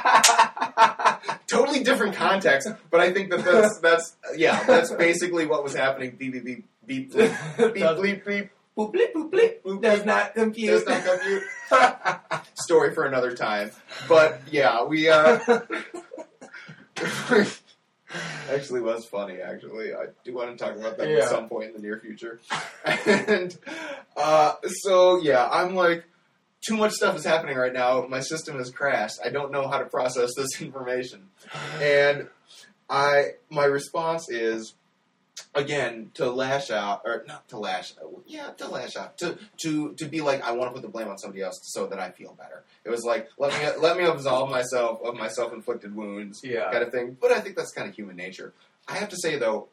[SPEAKER 2] Wait.
[SPEAKER 1] Totally different context, but I think that that's that's yeah, that's basically what was happening. Beep beep beep beep bleep, beep
[SPEAKER 2] Does-
[SPEAKER 1] bleep beep.
[SPEAKER 2] Boop, bleep, boop, bleep.
[SPEAKER 1] Boop,
[SPEAKER 2] Does not compute.
[SPEAKER 1] Does not compute. Story for another time. But yeah, we uh, actually was funny. Actually, I do want to talk about that
[SPEAKER 2] Yeah.
[SPEAKER 1] at some point in the near future. and uh, so yeah, I'm like. Too much stuff is happening right now. My system has crashed. I don't know how to process this information. and I my response is again to lash out or not to lash out yeah to lash out to to to be like I want to put the blame on somebody else so that I feel better. It was like let me let me absolve myself of my self inflicted wounds
[SPEAKER 2] yeah.
[SPEAKER 1] kind of thing. But I think that's kind of human nature. I have to say though,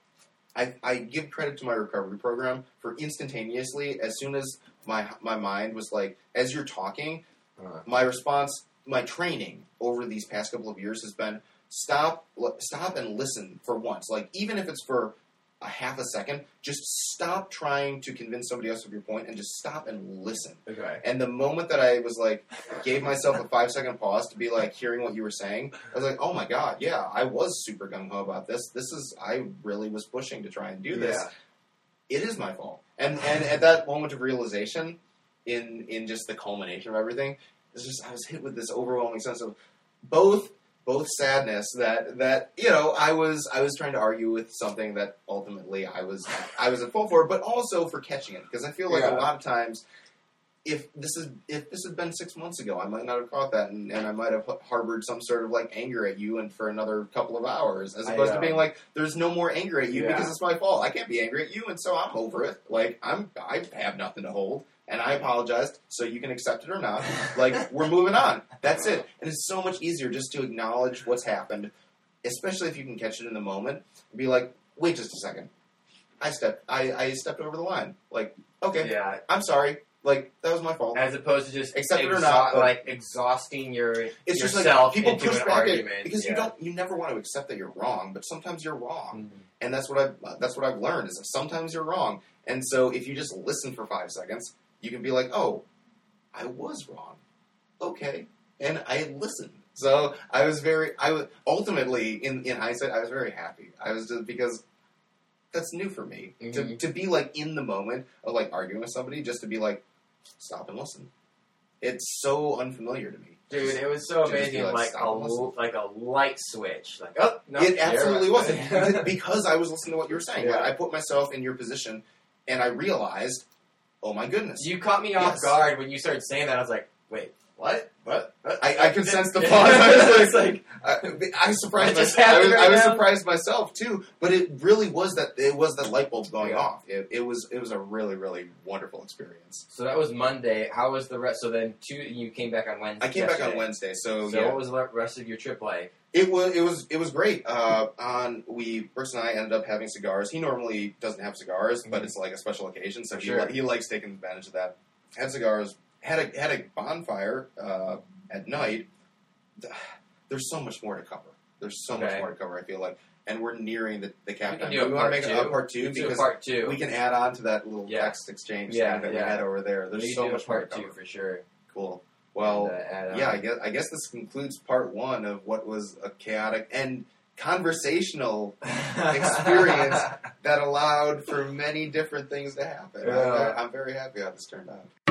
[SPEAKER 1] I, I give credit to my recovery program for instantaneously as soon as my my mind was like as you're talking,
[SPEAKER 2] Uh-huh.
[SPEAKER 1] my response, my training over these past couple of years has been stop l- stop and listen for once. Like even if it's for a half a second, just stop trying to convince somebody else of your point and just stop and listen.
[SPEAKER 2] Okay.
[SPEAKER 1] And the moment that I was like, gave myself a five second pause to be like hearing what you were saying, I was like, oh my god, yeah, I was super gung ho about this. This is I really was pushing to try and do this. It is my fault. And and at that moment of realization, in in just the culmination of everything, it's just I was hit with this overwhelming sense of both both sadness that that you know I was I was trying to argue with something that ultimately I was I was at fault for, but also for catching it because I feel like
[SPEAKER 2] Yeah.
[SPEAKER 1] a lot of times if this is if this had been six months ago, I might not have caught that, and, and I might have harbored some sort of like anger at you, and for another couple of hours, as
[SPEAKER 2] I,
[SPEAKER 1] opposed
[SPEAKER 2] uh,
[SPEAKER 1] to being like, "There's no more anger at you
[SPEAKER 2] Yeah.
[SPEAKER 1] because it's my fault. I can't be angry at you, and so I'm over it. Like I'm I have nothing to hold, and I apologized, so you can accept it or not. Like we're moving on. That's it. And it's so much easier just to acknowledge what's happened, especially if you can catch it in the moment. And be like, wait just a second. I stepped I, I stepped over the line. Like, okay,
[SPEAKER 2] Yeah.
[SPEAKER 1] I'm sorry. Like, that was my fault.
[SPEAKER 2] As opposed to just
[SPEAKER 1] Accept it or
[SPEAKER 2] exha-
[SPEAKER 1] not, but-
[SPEAKER 2] like exhausting your
[SPEAKER 1] It's just like
[SPEAKER 2] yourself
[SPEAKER 1] people
[SPEAKER 2] into
[SPEAKER 1] push
[SPEAKER 2] an
[SPEAKER 1] back at,
[SPEAKER 2] argument
[SPEAKER 1] because
[SPEAKER 2] yeah. Mm-hmm.
[SPEAKER 1] you don't you never want to accept that you're wrong, but sometimes you're wrong. and that's what I've that's what I've learned is that sometimes you're wrong, and so if you just listen for five seconds, you can be like, "Oh, I was wrong, okay," and I listened. So I was very I was ultimately in in hindsight I was very happy. I was just because that's new for me to
[SPEAKER 2] Mhm.
[SPEAKER 1] to be like in the moment of like arguing with somebody just to be like stop and listen. It's so unfamiliar to me.
[SPEAKER 2] Dude, it was so
[SPEAKER 1] Dude, just
[SPEAKER 2] amazing,
[SPEAKER 1] be like,
[SPEAKER 2] like
[SPEAKER 1] stop
[SPEAKER 2] a
[SPEAKER 1] and listen.
[SPEAKER 2] l- like a light switch, like oh no,
[SPEAKER 1] it
[SPEAKER 2] you're
[SPEAKER 1] absolutely
[SPEAKER 2] right.
[SPEAKER 1] wasn't because I was listening to what you were saying.
[SPEAKER 2] Yeah.
[SPEAKER 1] Like, I put myself in your position, and I realized, oh my goodness,
[SPEAKER 2] you caught me off
[SPEAKER 1] Yes.
[SPEAKER 2] guard when you started saying that. I was like, wait, what? What? What?
[SPEAKER 1] I, I could sense the
[SPEAKER 2] Yeah.
[SPEAKER 1] pause. I was
[SPEAKER 2] It's
[SPEAKER 1] like, I, I was surprised.
[SPEAKER 2] What just
[SPEAKER 1] myself. I was,
[SPEAKER 2] happened
[SPEAKER 1] I was
[SPEAKER 2] right now?
[SPEAKER 1] surprised myself too. But it really was that it was that light bulb going
[SPEAKER 2] Yeah.
[SPEAKER 1] off. It, it was it was a really really wonderful experience.
[SPEAKER 2] so that was Monday. How was the rest? So then two, you came back on Wednesday.
[SPEAKER 1] I came back on
[SPEAKER 2] yesterday.
[SPEAKER 1] Wednesday, so,
[SPEAKER 2] So
[SPEAKER 1] yeah.
[SPEAKER 2] what was the rest of your trip like?
[SPEAKER 1] It was it was it was great. Uh, on we Brooks and I ended up having cigars. He normally doesn't have cigars, but
[SPEAKER 2] Mhm.
[SPEAKER 1] it's like a special occasion, so
[SPEAKER 2] For
[SPEAKER 1] he,
[SPEAKER 2] sure.
[SPEAKER 1] li- he likes taking advantage of that. Had cigars, had a had a bonfire uh, at night. Th- There's so much more to cover. There's so much
[SPEAKER 2] Okay.
[SPEAKER 1] more to cover. I feel like, and we're nearing the the cap
[SPEAKER 2] We can
[SPEAKER 1] time.
[SPEAKER 2] do a
[SPEAKER 1] we want to
[SPEAKER 2] part
[SPEAKER 1] make a
[SPEAKER 2] two.
[SPEAKER 1] part two
[SPEAKER 2] We do a
[SPEAKER 1] because
[SPEAKER 2] part two.
[SPEAKER 1] we can add on to that little
[SPEAKER 2] Yeah.
[SPEAKER 1] text exchange
[SPEAKER 2] Yeah,
[SPEAKER 1] thing that
[SPEAKER 2] yeah.
[SPEAKER 1] we had over there.
[SPEAKER 2] We
[SPEAKER 1] There's
[SPEAKER 2] can
[SPEAKER 1] so
[SPEAKER 2] do a
[SPEAKER 1] much more
[SPEAKER 2] part
[SPEAKER 1] to
[SPEAKER 2] two
[SPEAKER 1] cover.
[SPEAKER 2] for sure.
[SPEAKER 1] Cool. Well,
[SPEAKER 2] And, uh, add on.
[SPEAKER 1] yeah, I guess, I guess this concludes part one of what was a chaotic and conversational experience that allowed for many different things to happen. I'm,
[SPEAKER 2] Yeah.
[SPEAKER 1] I'm very happy how this turned out.